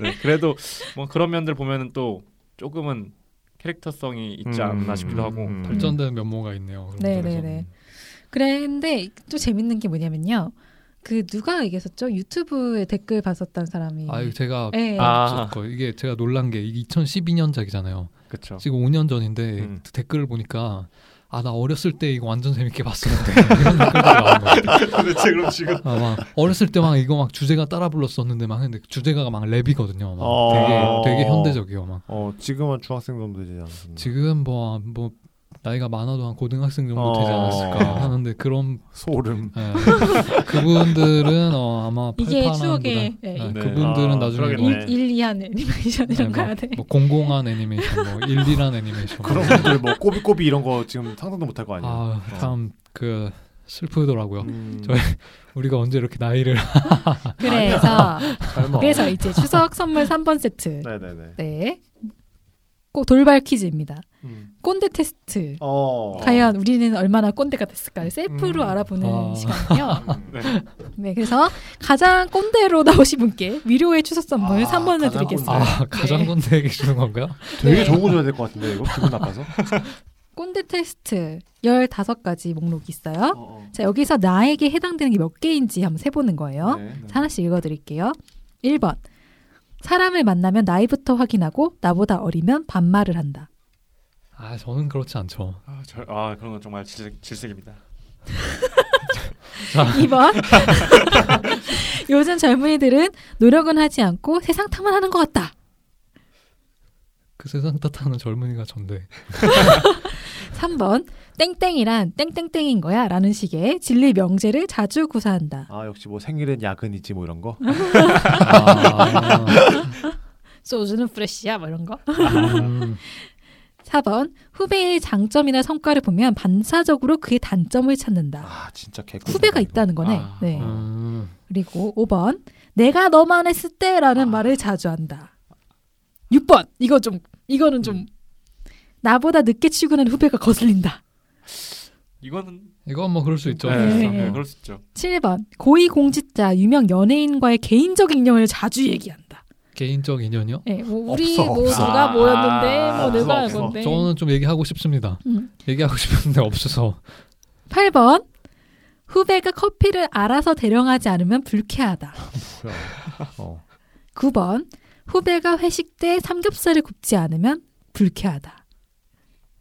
네, 그래도 뭐 그런 면들 보면은 또 조금은 캐릭터성이 있지 않나 싶기도 하고 발전된 면모가 있네요. 그런 점에서. 음. 네네네. 그런데 또 재밌는 게 뭐냐면요. 그 누가 얘기했었죠? 유튜브에 댓글 봤었다는 사람이. 아유 제가 예. 아. 이게 제가 놀란 게 이게 2012년작이잖아요. 그쵸. 지금 5년 전인데 음. 그 댓글을 보니까 아 나 어렸을 때 이거 완전 재밌게 봤었는데 이런 댓글들이 나온 것 같아요. 도대체 그럼 지금- 아, 막 어렸을 때 막 이거 막 주제가 따라 불렀었는데 막 했는데 주제가 막 랩이거든요. 막 어. 되게 되게 현대적이요. 막 어, 지금은 중학생 정도 되지 않습니까? 지금 뭐 뭐 나이가 많아도 한 고등학생 정도 되지 어. 않았을까 하는데 그런 소름. 예. 그분들은 어, 아마 이게 팔팔한 추억의 분들. 예, 예, 이- 그분들은 아, 나중에 뭐, 일, 일, 이한 애니메이션 이런 거 해야 돼. 뭐 공공한 애니메이션, 뭐 일리란 애니메이션 그런 분들 뭐 꼬비꼬비 이런 거 지금 상상도 못 할 거 아니에요. 아, 어. 음. 참 그 슬프더라고요. 저희 우리가 언제 이렇게 나이를 그래서 설마. 그래서 이제 추석 선물 3번 세트. 네네네. 네. 꼭 돌발 퀴즈입니다. 꼰대 테스트. 어. 음. 과연 우리는 얼마나 꼰대가 됐을까요? 셀프로 알아보는 아. 시간이요. 네, 그래서 가장 꼰대로 나오신 분께 위로의 추석 선물 3번을 드리겠습니다. 아, 가장 아, 네. 건대에게 주는 건가요? 되게 좋은 거 줘야 될 것 같은데 이거 기분 어? 나빠서. 꼰대 테스트 15가지 목록이 있어요. 자, 여기서 나에게 해당되는 게 몇 개인지 한번 세보는 네. 거예요. 자, 하나씩 읽어드릴게요. 1번. 사람을 만나면 나이부터 확인하고 나보다 어리면 반말을 한다. 아, 저는 그렇지 않죠. 아, 저, 아 그런 건 정말 질색, 질색입니다. 자. 2번. 요즘 젊은이들은 노력은 하지 않고 세상 탐만 하는 것 같다. 그 세상 탓하는 젊은이가 전데. 3번. 땡땡이란 땡땡땡인 거야. 라는 식의 진리 명제를 자주 구사한다. 아 역시 뭐 생일엔 야근이지 뭐 이런 어? 거. 아, 소주는 프레시야. 뭐 이런 거. 음. 4번 후배의 장점이나 성과를 보면 반사적으로 그의 단점을 찾는다. 아, 진짜 개. 후배가 있다는 거네. 아, 네. 음. 음. 그리고 5번 내가 너만 했을 때라는 아. 말을 자주 한다. 6번 이거 좀 이거는 좀 나보다 늦게 출근한 후배가 거슬린다. 이거는 이건 뭐 그럴 수 있죠. 네, 네. 네, 그럴 수 있죠. 7번 고위 공직자 유명 연예인과의 개인적 인연을 자주 얘기한다. 개인적 인연이요? 예, 뭐 우리 뭐 누가 모였는데 뭐 내가 알건데. 아, 저는 좀 얘기하고 싶습니다. 음. 얘기하고 싶은데 없어서. 8번 후배가 커피를 알아서 대령하지 않으면 불쾌하다. 어. 9번 후배가 회식 때 삼겹살을 굽지 않으면 불쾌하다.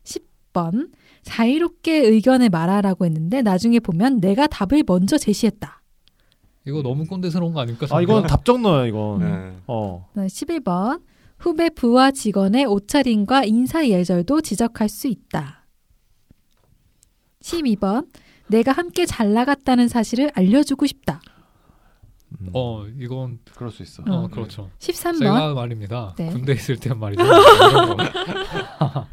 10번 자유롭게 의견을 말하라고 했는데 나중에 보면 내가 답을 먼저 제시했다. 이거 너무 꼰대스러운 거 아닙니까? 아 이건 정말? 답정 넣어요 이건. 네. 어. 11번 후배 부하 직원의 옷차림과 인사 예절도 지적할 수 있다. 12번 내가 함께 잘 나갔다는 사실을 알려주고 싶다. 어, 이건 그럴 수 있어. 어, 그렇죠. 13번. 제가 말입니다. 네. 군대 있을 때 한 말이죠. 이런 거.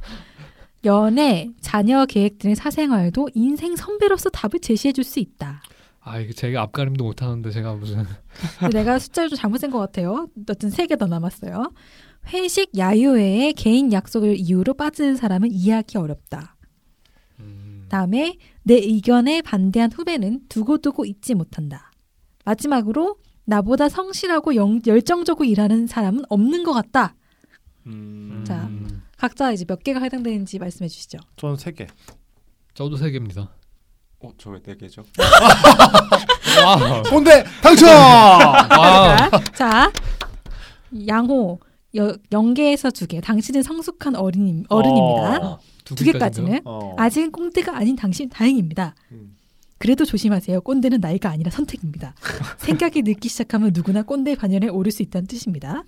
연애, 자녀 계획 등의 사생활도 인생 선배로서 답을 제시해 줄 수 있다. 아, 이게 제가 앞가림도 못 하는데 제가 무슨 근데 내가 숫자를 좀 잘못 센것 같아요. 어쨌든 세 개 더 남았어요. 회식 야유회에 개인 약속을 이유로 빠지는 사람은 이해하기 어렵다. 다음에 내 의견에 반대한 후배는 두고두고 잊지 못한다. 마지막으로 나보다 성실하고 영- 열정적으로 일하는 사람은 없는 것 같다. 음. 자 음. 각자 이제 몇 개가 해당되는지 말씀해 주시죠. 저는 세 개. 저도 세 개입니다. 어, 저 왜 네 개죠? 와. 본대 당첨! 아. 자, 양호 여, 0개에서 2개. 당신은 성숙한 어린이, 어른입니다. 어, 두 두 개까지는 개까지인가요? 어. 음. 아직은 꼰대가 아닌 당신 다행입니다. 그래도 조심하세요. 꼰대는 나이가 아니라 선택입니다. 생각이 늦기 시작하면 누구나 꼰대 반열에 오를 수 있다는 뜻입니다.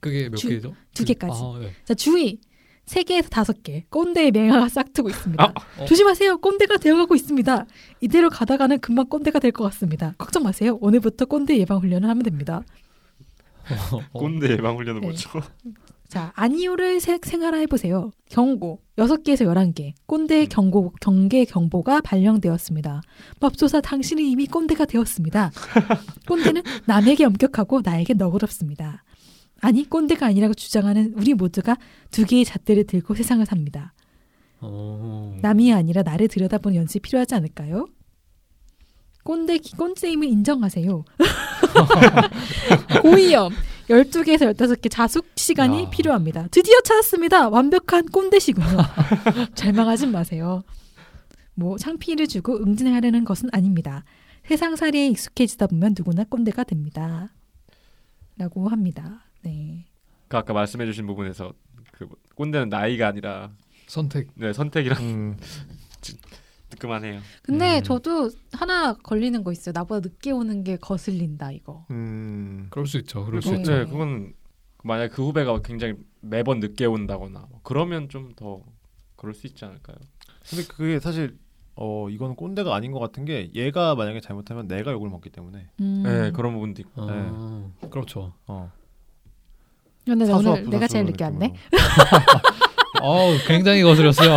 그게 몇 주- 개죠? 두 개까지. 아, 네. 자 주의 세 개에서 다섯 개 꼰대의 맹아가 싹트고 있습니다. 아, 어. 조심하세요. 꼰대가 되어가고 있습니다. 이대로 가다가는 금방 꼰대가 될 것 같습니다. 걱정 마세요. 오늘부터 꼰대 예방 훈련을 하면 됩니다. 어, 꼰대 예방 훈련을 못 네. 쳐. 자 아니오를 세- 생활화해 보세요. 경고 여섯 개에서 열한 개 꼰대 경고 경계 경보가 발령되었습니다. 맙소사 당신은 이미 꼰대가 되었습니다. 꼰대는 남에게 엄격하고 나에게 너그럽습니다. 아니 꼰대가 아니라고 주장하는 우리 모두가 두 개의 잣대를 들고 세상을 삽니다. 남이 아니라 나를 들여다보는 연습이 필요하지 않을까요? 꼰대 기꼰쌤을 인정하세요. 고위험 12개에서 15개 자숙 시간이 필요합니다. 드디어 찾았습니다. 완벽한 꼰대시군요. 절망하진 마세요. 뭐 창피를 주고 응징하려는 것은 아닙니다. 세상살이에 익숙해지다 보면 누구나 꼰대가 됩니다. 라고 합니다. 네. 그 아까 말씀해주신 부분에서 그 꼰대는 나이가 아니라 선택. 네 선택이랑 음. 지- 뜨끔하네요. 근데 저도 하나 걸리는 거 있어요. 나보다 늦게 오는 게 거슬린다 이거. 음. 그럴 수 있죠. 그럴 수 어, 그건- 있죠. 네, 그건 만약 그 후배가 굉장히 매번 늦게 온다거나 뭐 그러면 좀 더 그럴 수 있지 않을까요? 근데 그게 사실 어 이건 꼰대가 아닌 것 같은 게 얘가 만약에 잘못하면 내가 욕을 먹기 때문에. 음. 네 그런 부분도 있고. 아, 그렇죠. 어. 아, 근데 나 사소한 네, 오늘 내가 제일 늦게 왔네. 어우, 굉장히 거슬렸어요.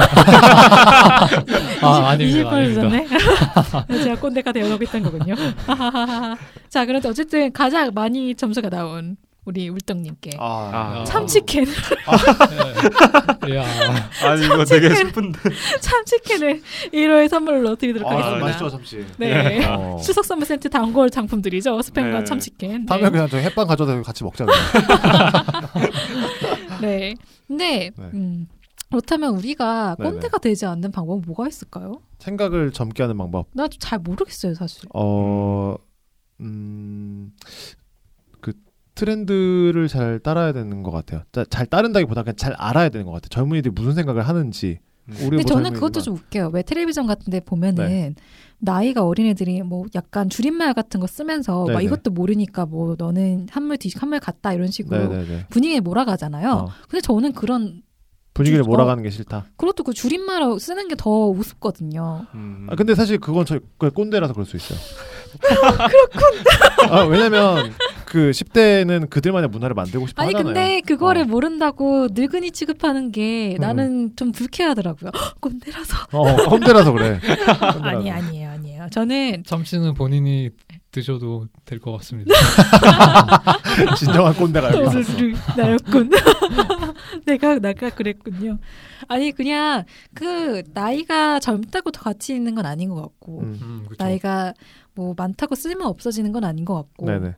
아, 아닙니다. 20분 늦었네. 아닙니다. 제가 꼰대가 되어가고 있던 거군요. 자, 그런데 어쨌든 가장 많이 점수가 나온 우리 울떡님께 아. 참치캔. 네. 야. 아니 이거 되게 슬픈데. 참치캔을 1호의 선물로 드리도록 아, 하겠습니다. 맛있죠, 참치. 네. 어. 추석 선물 세트 단골 장품들이죠. 스팸과 네. 참치캔. 다음에 네. 그냥 저 햇반 가져다 같이 먹자. 그냥. 네. 근데 네. 음, 그렇다면 우리가 네네. 꼰대가 되지 않는 방법은 뭐가 있을까요? 생각을 젊게 하는 방법. 나 잘 모르겠어요, 사실. 어, 음, 그 트렌드를 잘 따라야 되는 것 같아요. 자, 잘 따른다기보다 그냥 잘 알아야 되는 것 같아요. 젊은이들이 무슨 생각을 하는지. 우리 근데 저는 그것도 좀 웃겨요. 왜 텔레비전 같은데 보면은 네. 나이가 어린 애들이 뭐 약간 줄임말 같은 거 쓰면서 막 네네. 이것도 모르니까 뭐 너는 한물 뒤 한물 같다 이런 식으로 네네네. 분위기에 몰아가잖아요. 어. 근데 저는 그런 분위기를 어. 몰아가는 게 싫다. 그것도 그 줄임말 쓰는 게 더 우습거든요. 음. 아, 근데 사실 그건 저 그 꼰대라서 그럴 수 있어요. 그렇군. 아, 왜냐면 그 10대는 그들만의 문화를 만들고 싶어 아니 하잖아요. 근데 그거를 모른다고 늙은이 취급하는 게 음. 나는 좀 불쾌하더라고요. 헉, 꼰대라서. 어, 꼰대라서 그래. 아니 아니에요 아니에요. 저는 참치는 본인이 드셔도 될 것 같습니다. 네. 진정한 꼰대가 여기 너를 있었어. 나였군. 내가 나가 그랬군요. 아니 그냥 그 나이가 젊다고 더 가치 있는 건 아닌 것 같고 음, 음, 나이가 뭐 많다고 쓸모 없어지는 건 아닌 것 같고 네네.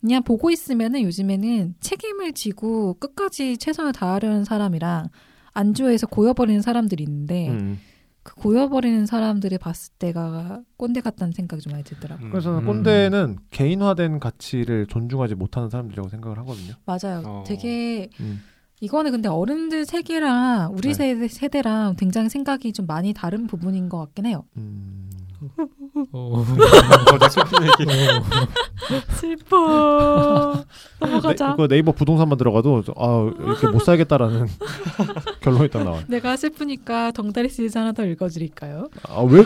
그냥 보고 있으면은 요즘에는 책임을 지고 끝까지 최선을 다하려는 사람이랑 안주에서 고여버리는 사람들이 있는데 음. 그 고여버리는 사람들을 봤을 때가 꼰대 같다는 생각이 좀 많이 들더라고요. 음. 그래서 저는 꼰대는 개인화된 가치를 존중하지 못하는 사람들이라고 생각을 하거든요. 맞아요. 어. 되게 음. 이거는 근데 어른들 세계랑 우리 네. 세대, 세대랑 굉장히 생각이 좀 많이 다른 부분인 것 같긴 해요. 음. 어, 슬퍼. 네, 아, 넘어가자. 그 네이버 부동산만 들어가도 저- 아 이렇게 못 살겠다라는 결론이 딱 나와요. 내가 슬프니까 덩달이 시리즈 하나 더 읽어드릴까요? 아 왜?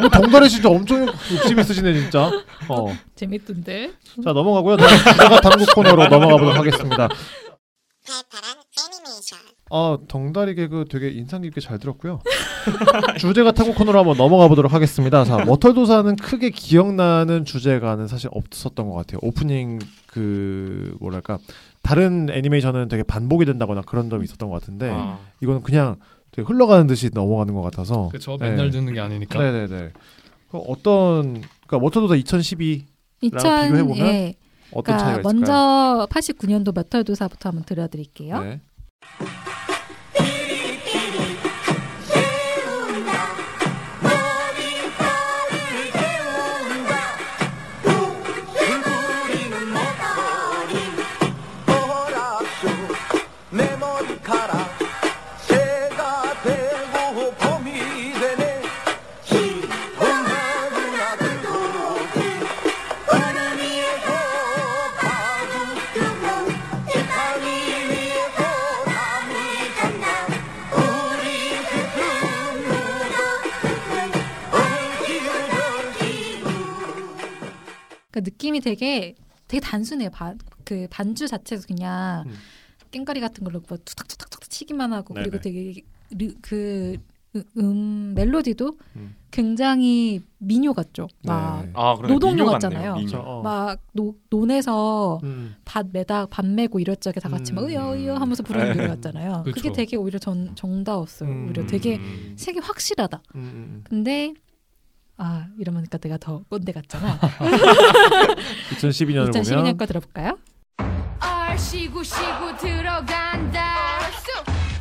뭐 덩달이 진짜 엄청 욕심 있으시네 진짜. 어. 재밌던데. 자 넘어가고요. 다음 주제가 당구 코너로 넘어가 보도록 하겠습니다. 아 덩달이 개그 되게 인상 깊게 잘 들었고요. 주제가 타고 코너로 한번 넘어가 보도록 하겠습니다. 자 머털도사는 크게 기억나는 주제가는 사실 없었던 것 같아요. 오프닝 그 뭐랄까 다른 애니메이션은 되게 반복이 된다거나 그런 점이 있었던 것 같은데 아. 이거는 그냥 되게 흘러가는 듯이 넘어가는 것 같아서. 그쵸, 맨날 듣는 게 아니니까. 네. 네네네. 그 어떤 그러니까 머털도사 2012 랑 2000, 비교해 보면 예. 어떤 차이가 있을까요? 먼저 89년도 머털도사부터 한번 들려드릴게요. 네. 내 머리카락 새가 되고 봄이 되네 흰봄나무나 들고기 바람 위에 호박우 이 땅이 위에 호남이 간다 우리 그큰 무도 얼기우절기 그러니까 느낌이 되게 되게 단순해요. 바, 그 반주 자체도 그냥 깽가리 같은 걸로 뭐 투닥투닥투닥 치기만 하고 그리고 네네. 되게 리, 그 으- 음, 멜로디도 굉장히 민요 같죠. 막 아, 그러네. 노동요 민요 같잖아요. 음. 같네요. 민요. 그렇죠. 어. 막 노, 논에서 음. 밭 매다 밭 메고 이것저것 다 같이 막 으여 으여 하면서 부르는 네. 노래 같잖아요. 그게 그쵸. 되게 오히려 전 정다웠어요. 오히려 되게 색이 확실하다. 음, 근데 아 이러니까 내가 더 꼰대 같잖아. 2012년을 보면 2012년 거 들어볼까요? 얼씨구 씨구 들어간다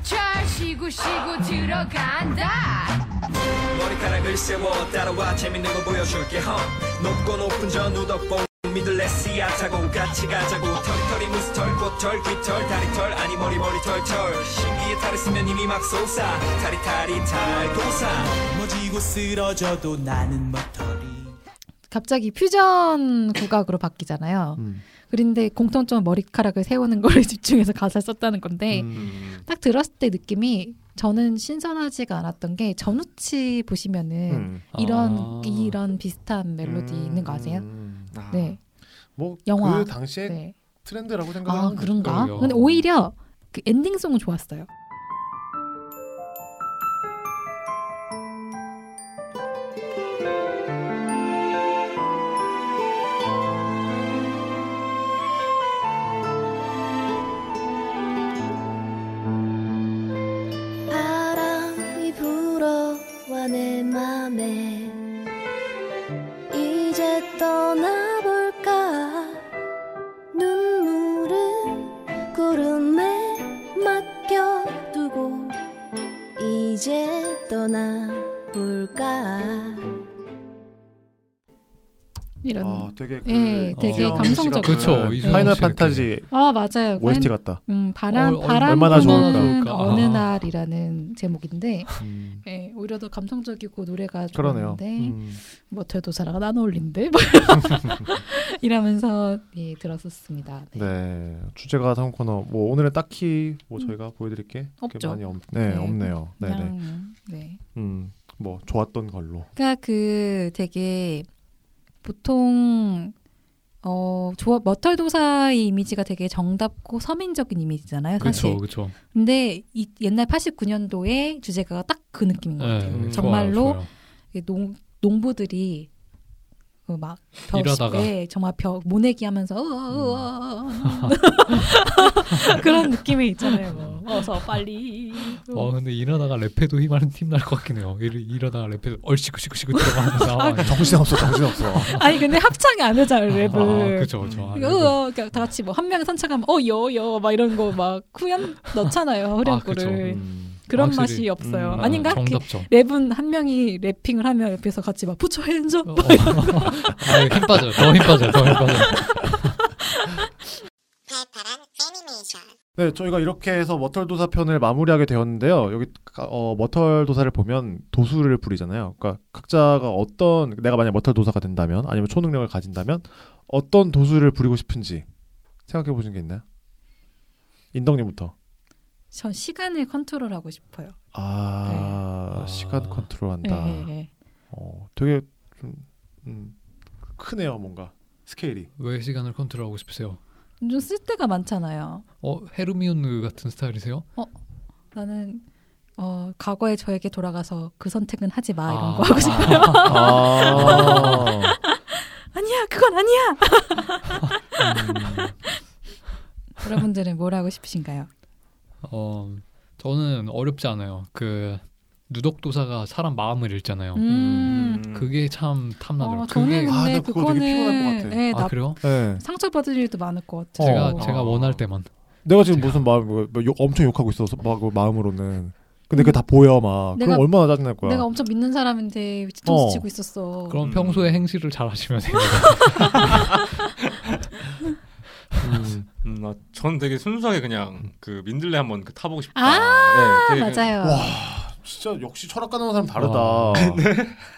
철씨구 씨구 들어간다 머리카락을 세워 따라와 재밌는 거 보여줄게 험 높고 높은 저 누덕봉 미들레시아 타고 같이 가자고 털털이 무스 털꽃 털귀털 다리털 아니 머리 머리털 털 신기해 탈을 쓰면 이미 막 솟아 다리타리 탈 도사 멋지고 쓰러져도 나는 머터리 갑자기 퓨전 국악으로 바뀌잖아요. 음. 그런데 공통점 머리카락을 세우는 거를 집중해서 가사를 썼다는 건데 음. 음. 딱 들었을 때 느낌이 저는 신선하지가 않았던 게 전우치 보시면은 음. 이런 아. 이런 비슷한 네, 멜로디 있는 거 아세요? 아. 네. 뭐 영화. 그 당시에 네. 트렌드라고 생각하는 아 그런가? 거예요. 근데 오히려 그 엔딩송은 좋았어요. 바람이 불어와 내 맘에 이제 떠나볼까 눈물은 구름에 맡겨두고 이제 떠나볼까 이런. 아, 되게 그 예, 되게 이수영 감성적이고. 씨가 그쵸, 그 이수영 파이널 씨 이렇게. 판타지 아 맞아요. OST 그건, 같다. 음 바람 어, 어, 바람 얼마나 좋을까. 부는 그러니까. 어느 아. 날이라는 제목인데 예, 오히려 더 감성적이고 노래가 그러네요. 음. 좋은데 뭐 대도사라가 난 어울린데 이러면서 예, 들었었습니다. 네 주제가 다음 코너 뭐 오늘은 딱히 뭐 저희가 보여드릴 게 그렇게 음. 없죠. 많이 없, 네, 네, 없네요. 네네. 그냥, 네. 음뭐 좋았던 걸로. 그러니까 그 되게 보통 어 조합 머털 도사의 이미지가 되게 정답고 서민적인 이미지잖아요. 사실. 그쵸 그쵸. 근데 이 옛날 89년도의 주제가가 딱 그 느낌인 것 네, 같아요. 음, 좋아요, 정말로 좋아요. 이게 농 농부들이 그막 일하다가. 음. 벽에 예, 정말 벽 모내기 하면서 으어어어 그런 느낌이 있잖아요. 뭐. 어서 빨리. 어 근데 이러다가 랩해도 힘하는 팀 날 것 같긴 해요. 이러- 이러다가 랩해도 얼씨구씨구씨구 아, 들어가는 상황. 정신없어 정신없어. 아니 근데 합창이 안 되잖아요 랩을. 아, 그쵸, 그쵸. 아, 이거 으어, 그러니까 다 같이 뭐 한 명 산책하면 어여여막 이런 거 막 후렴 넣잖아요 후렴구를. 그런 음. 확실히. 맛이 없어요. 음, 아, 아닌가? 이렇게 정답죠. 랩은 한 명이 랩핑을 하면 옆에서 같이 막 붙여 핸즈 어. 업. 아, 힘 빠져요. 더 힘 빠져요. 더 힘 빠져요. 네, 저희가 이렇게 해서 머털도사 편을 마무리하게 되었는데요. 여기 어, 머털도사를 보면 도수를 부리잖아요. 그러니까 각자가 어떤 내가 만약 머털도사가 된다면 아니면 초능력을 가진다면 어떤 도수를 부리고 싶은지 생각해 보신 게 있나요? 인덕님부터. 전 시간을 컨트롤하고 싶어요. 아, 시간 음, 아. 컨트롤한다. 예, 예, 예. 어, 되게 좀 음, 크네요, 뭔가 스케일이. 왜 시간을 컨트롤하고 싶으세요? 좀 쓸데가 많잖아요. 어 헤르미온느 같은 스타일이세요? 어 나는 어 과거의 저에게 돌아가서 그 선택은 하지 마 이런 아. 거 하고 싶어요. 아. 아니야 그건 아니야. 여러분들은 뭘 하고 싶으신가요? 어 저는 어렵지 않아요. 그 누덕도사가 사람 마음을 음. 읽잖아요. 음. 그게 참 아, 탐나더라고요. 어, 저는 그게- 근데 되게 그거는 네, 아, 나- 그래요? 상처받을 일도 많을 것 같아요. 제가 어. 제가 원할 때만. 내가 지금 무슨 마음 뭐, 욕, 엄청 욕하고 있어서 막뭐 마음으로는 근데 그게 다 보여 막 내가- 그럼 얼마나 짜증날 거야 어. 내가 엄청 믿는 사람인데 뒤통수 어. 치고 있었어. 그럼 평소에 행실을 잘 하시면 돼요. 음, 음, 아, 저는 되게 순수하게 그냥 그 민들레 한번 그 타보고 싶다. 아, 네, 되게 그- 맞아요. 진짜 역시 철학가 나온 사람 다르다 네.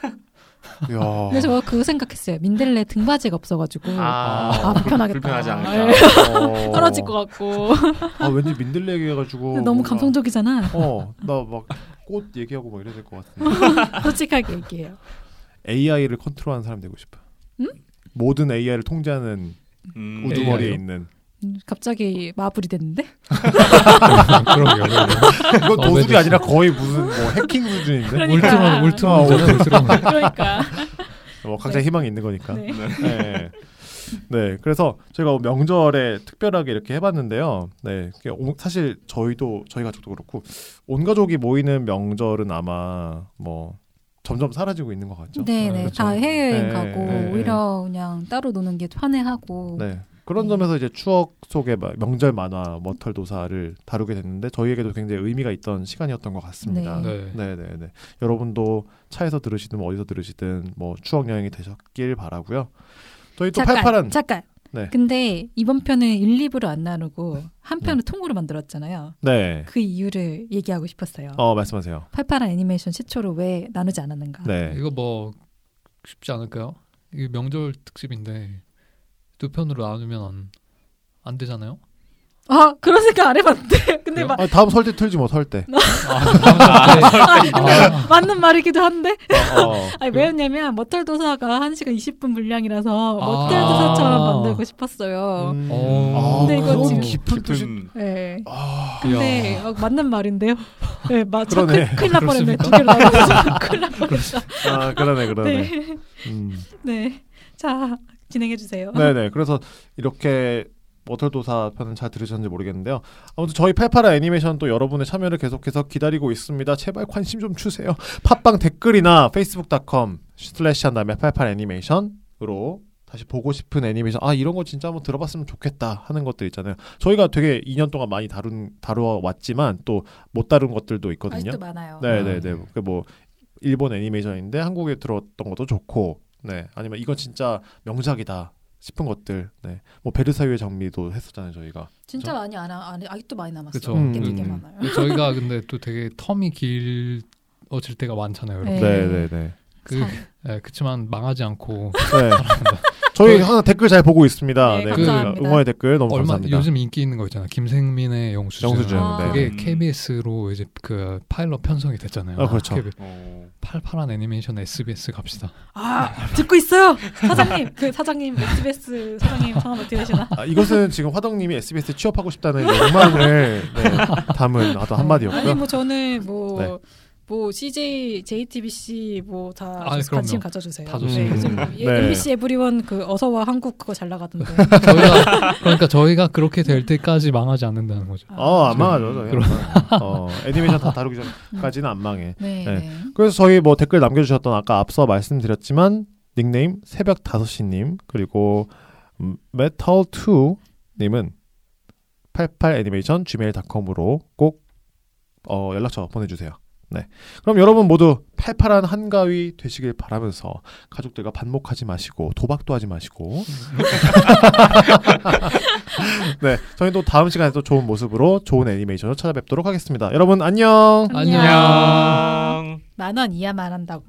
아. 야. 그래서 저 그거 생각했어요. 민들레 등받이가 없어가지고 아, 아. 불편하겠다. 아, 불편하지 음. 않을까. 떨어질 것 같고. 아 왠지 민들레 얘기해가지고 어, 근데 너무 감성적이잖아. 어나 막 꽃 얘기하고 막 이래야 될 것 같은데 솔직하게 얘기해요. AI를 컨트롤하는 사람 되고 싶어 음? 모든 AI를 통제하는 음, 우두머리에 네. AI요? 있는 음, 갑자기 마블이 됐는데? 그럼요, 그럼요. 이건 어, 도둑이 매듭. 아니라 네. 거의 무슨 뭐 해킹 수준인데. 그러니까. 울트론, 울트론 있잖아요, 울트론. 그러니까. 그렇죠. 뭐 각자 네. 희망이 있는 거니까. 네. 네. 네. 네, 그래서 저희가 명절에 특별하게 이렇게 해봤는데요. 네, 이게 온- 사실 저희도 저희 가족도 그렇고 온 가족이 모이는 명절은 아마 뭐 점점 사라지고 있는 것 같죠. 네, 네. 다 해외여행 그렇죠. 네, 가고 네, 오히려 그냥 따로 노는 게 환해하고. 네. 그런 점에서 이제 추억 속의 마- 명절 만화 머털 도사를 다루게 됐는데 저희에게도 굉장히 의미가 있던 시간이었던 것 같습니다. 네. 네, 네, 네. 여러분도 차에서 들으시든 뭐 어디서 들으시든 뭐 추억 여행이 되셨길 바라고요. 저희 또 잠깐, 팔팔한 잠깐. 네. 근데 이번 편은 1, 2부로 안 나누고 한 편을 통으로 만들었잖아요. 네. 그 이유를 얘기하고 싶었어요. 어, 말씀하세요. 팔팔한 애니메이션 시초로 왜 나누지 않았는가? 네. 이거 뭐 쉽지 않을까요? 이게 명절 특집인데 두 편으로 나누면 안, 안 되잖아요. 아 그런 생각 안 해봤는데 근데 막 아, 다음 설 때 틀지 뭐 설 때. 아, 근데 맞는 말이기도 한데 어, 어. 아니, 왜냐면 머털도사가 1시간 20분 분량이라서 아. 머털도사처럼 만들고 싶었어요 어, 근데 이거 그런 지금- 깊은 뜻이 네. 아. 근데 어, 맞는 말인데요 네, 맞, 저 그러네. 큰- 큰일 날 뻔했네 그렇습니까? 두 개로 나눠서 큰일 날 뻔했다 아, 그러네, 그러네. 네. 음. 네. 자 진행해 주세요 네네. 그래서 이렇게 머털도사 편은 잘 들으셨는지 모르겠는데요. 아무튼 저희 팔팔아 애니메이션 또 여러분의 참여를 계속해서 기다리고 있습니다. 제발 관심 좀 주세요. 팟빵 댓글이나 facebook.com 슬래시 한 다음에 팔팔 애니메이션으로 다시 보고 싶은 애니메이션 아 이런 거 진짜 한번 들어봤으면 좋겠다 하는 것들 있잖아요. 저희가 되게 2년 동안 많이 다룬 다루어 왔지만 또 못 다룬 것들도 있거든요. 아직도 많아요. 네네네. 그뭐 일본 애니메이션인데 한국에 들어왔던 것도 좋고, 네 아니면 이건 진짜 명작이다 싶은 것들, 네뭐 베르사유의 장미도 했었잖아요 저희가. 진짜 많이 안, 하- 안 해- 아직도 많이 남았어. 그렇죠. 요 음. 되게 많아요. 저희가 근데 또 되게 텀이 길어질 때가 많잖아요. 이렇게. 네, 네, 네. 그 네, 그렇지만 망하지 않고. 네. 저희 항상 댓글 잘 보고 있습니다. 네, 감사합니다. 응원의 댓글 너무 얼마 감사합니다. 요즘 인기 있는 거 있잖아. 김생민의 영수증. 영수증, 아. 네. 그게 KBS로 이제 그 파일럿 편성이 됐잖아요. 아, 그렇죠. KBS. 팔팔한 애니메이션 SBS 갑시다. 아 듣고 있어요 사장님 그 사장님 SBS 사장님 상황 어떻게 되시나 아, 이것은 지금 화덕님이 SBS 취업하고 싶다는 욕망을 네, 담은 아주 한마디였고요. 아니 뭐 저는 뭐 뭐 네. CJ, JTBC 뭐 다 아, 관심 그럼요. 가져주세요. 다 좋습니다. 요즘 음. 예, 네. MBC 에브리원 그 어서와 한국 그거 잘 나가던데. 저희가 그러니까 저희가 그렇게 될 때까지 망하지 않는다는 거죠. 어, 안 망하죠. 저희. 그럼- 어, 애니메이션 다 다루기 전까지는 안 망해. 네, 네. 네. 그래서 저희 뭐 댓글 남겨주셨던 아까 앞서 말씀드렸지만 닉네임 새벽 5시님 그리고 음, 메탈2님은 88애니메이션 gmail.com으로 꼭 어, 연락처 보내주세요. 네. 그럼 여러분 모두 팔팔한 한가위 되시길 바라면서 가족들과 반목하지 마시고 도박도 하지 마시고 네, 저희 또 다음 시간에 또 좋은 모습으로 좋은 애니메이션을 찾아뵙도록 하겠습니다. 여러분 안녕. 어. 안녕. 만 원 이하 말한다고.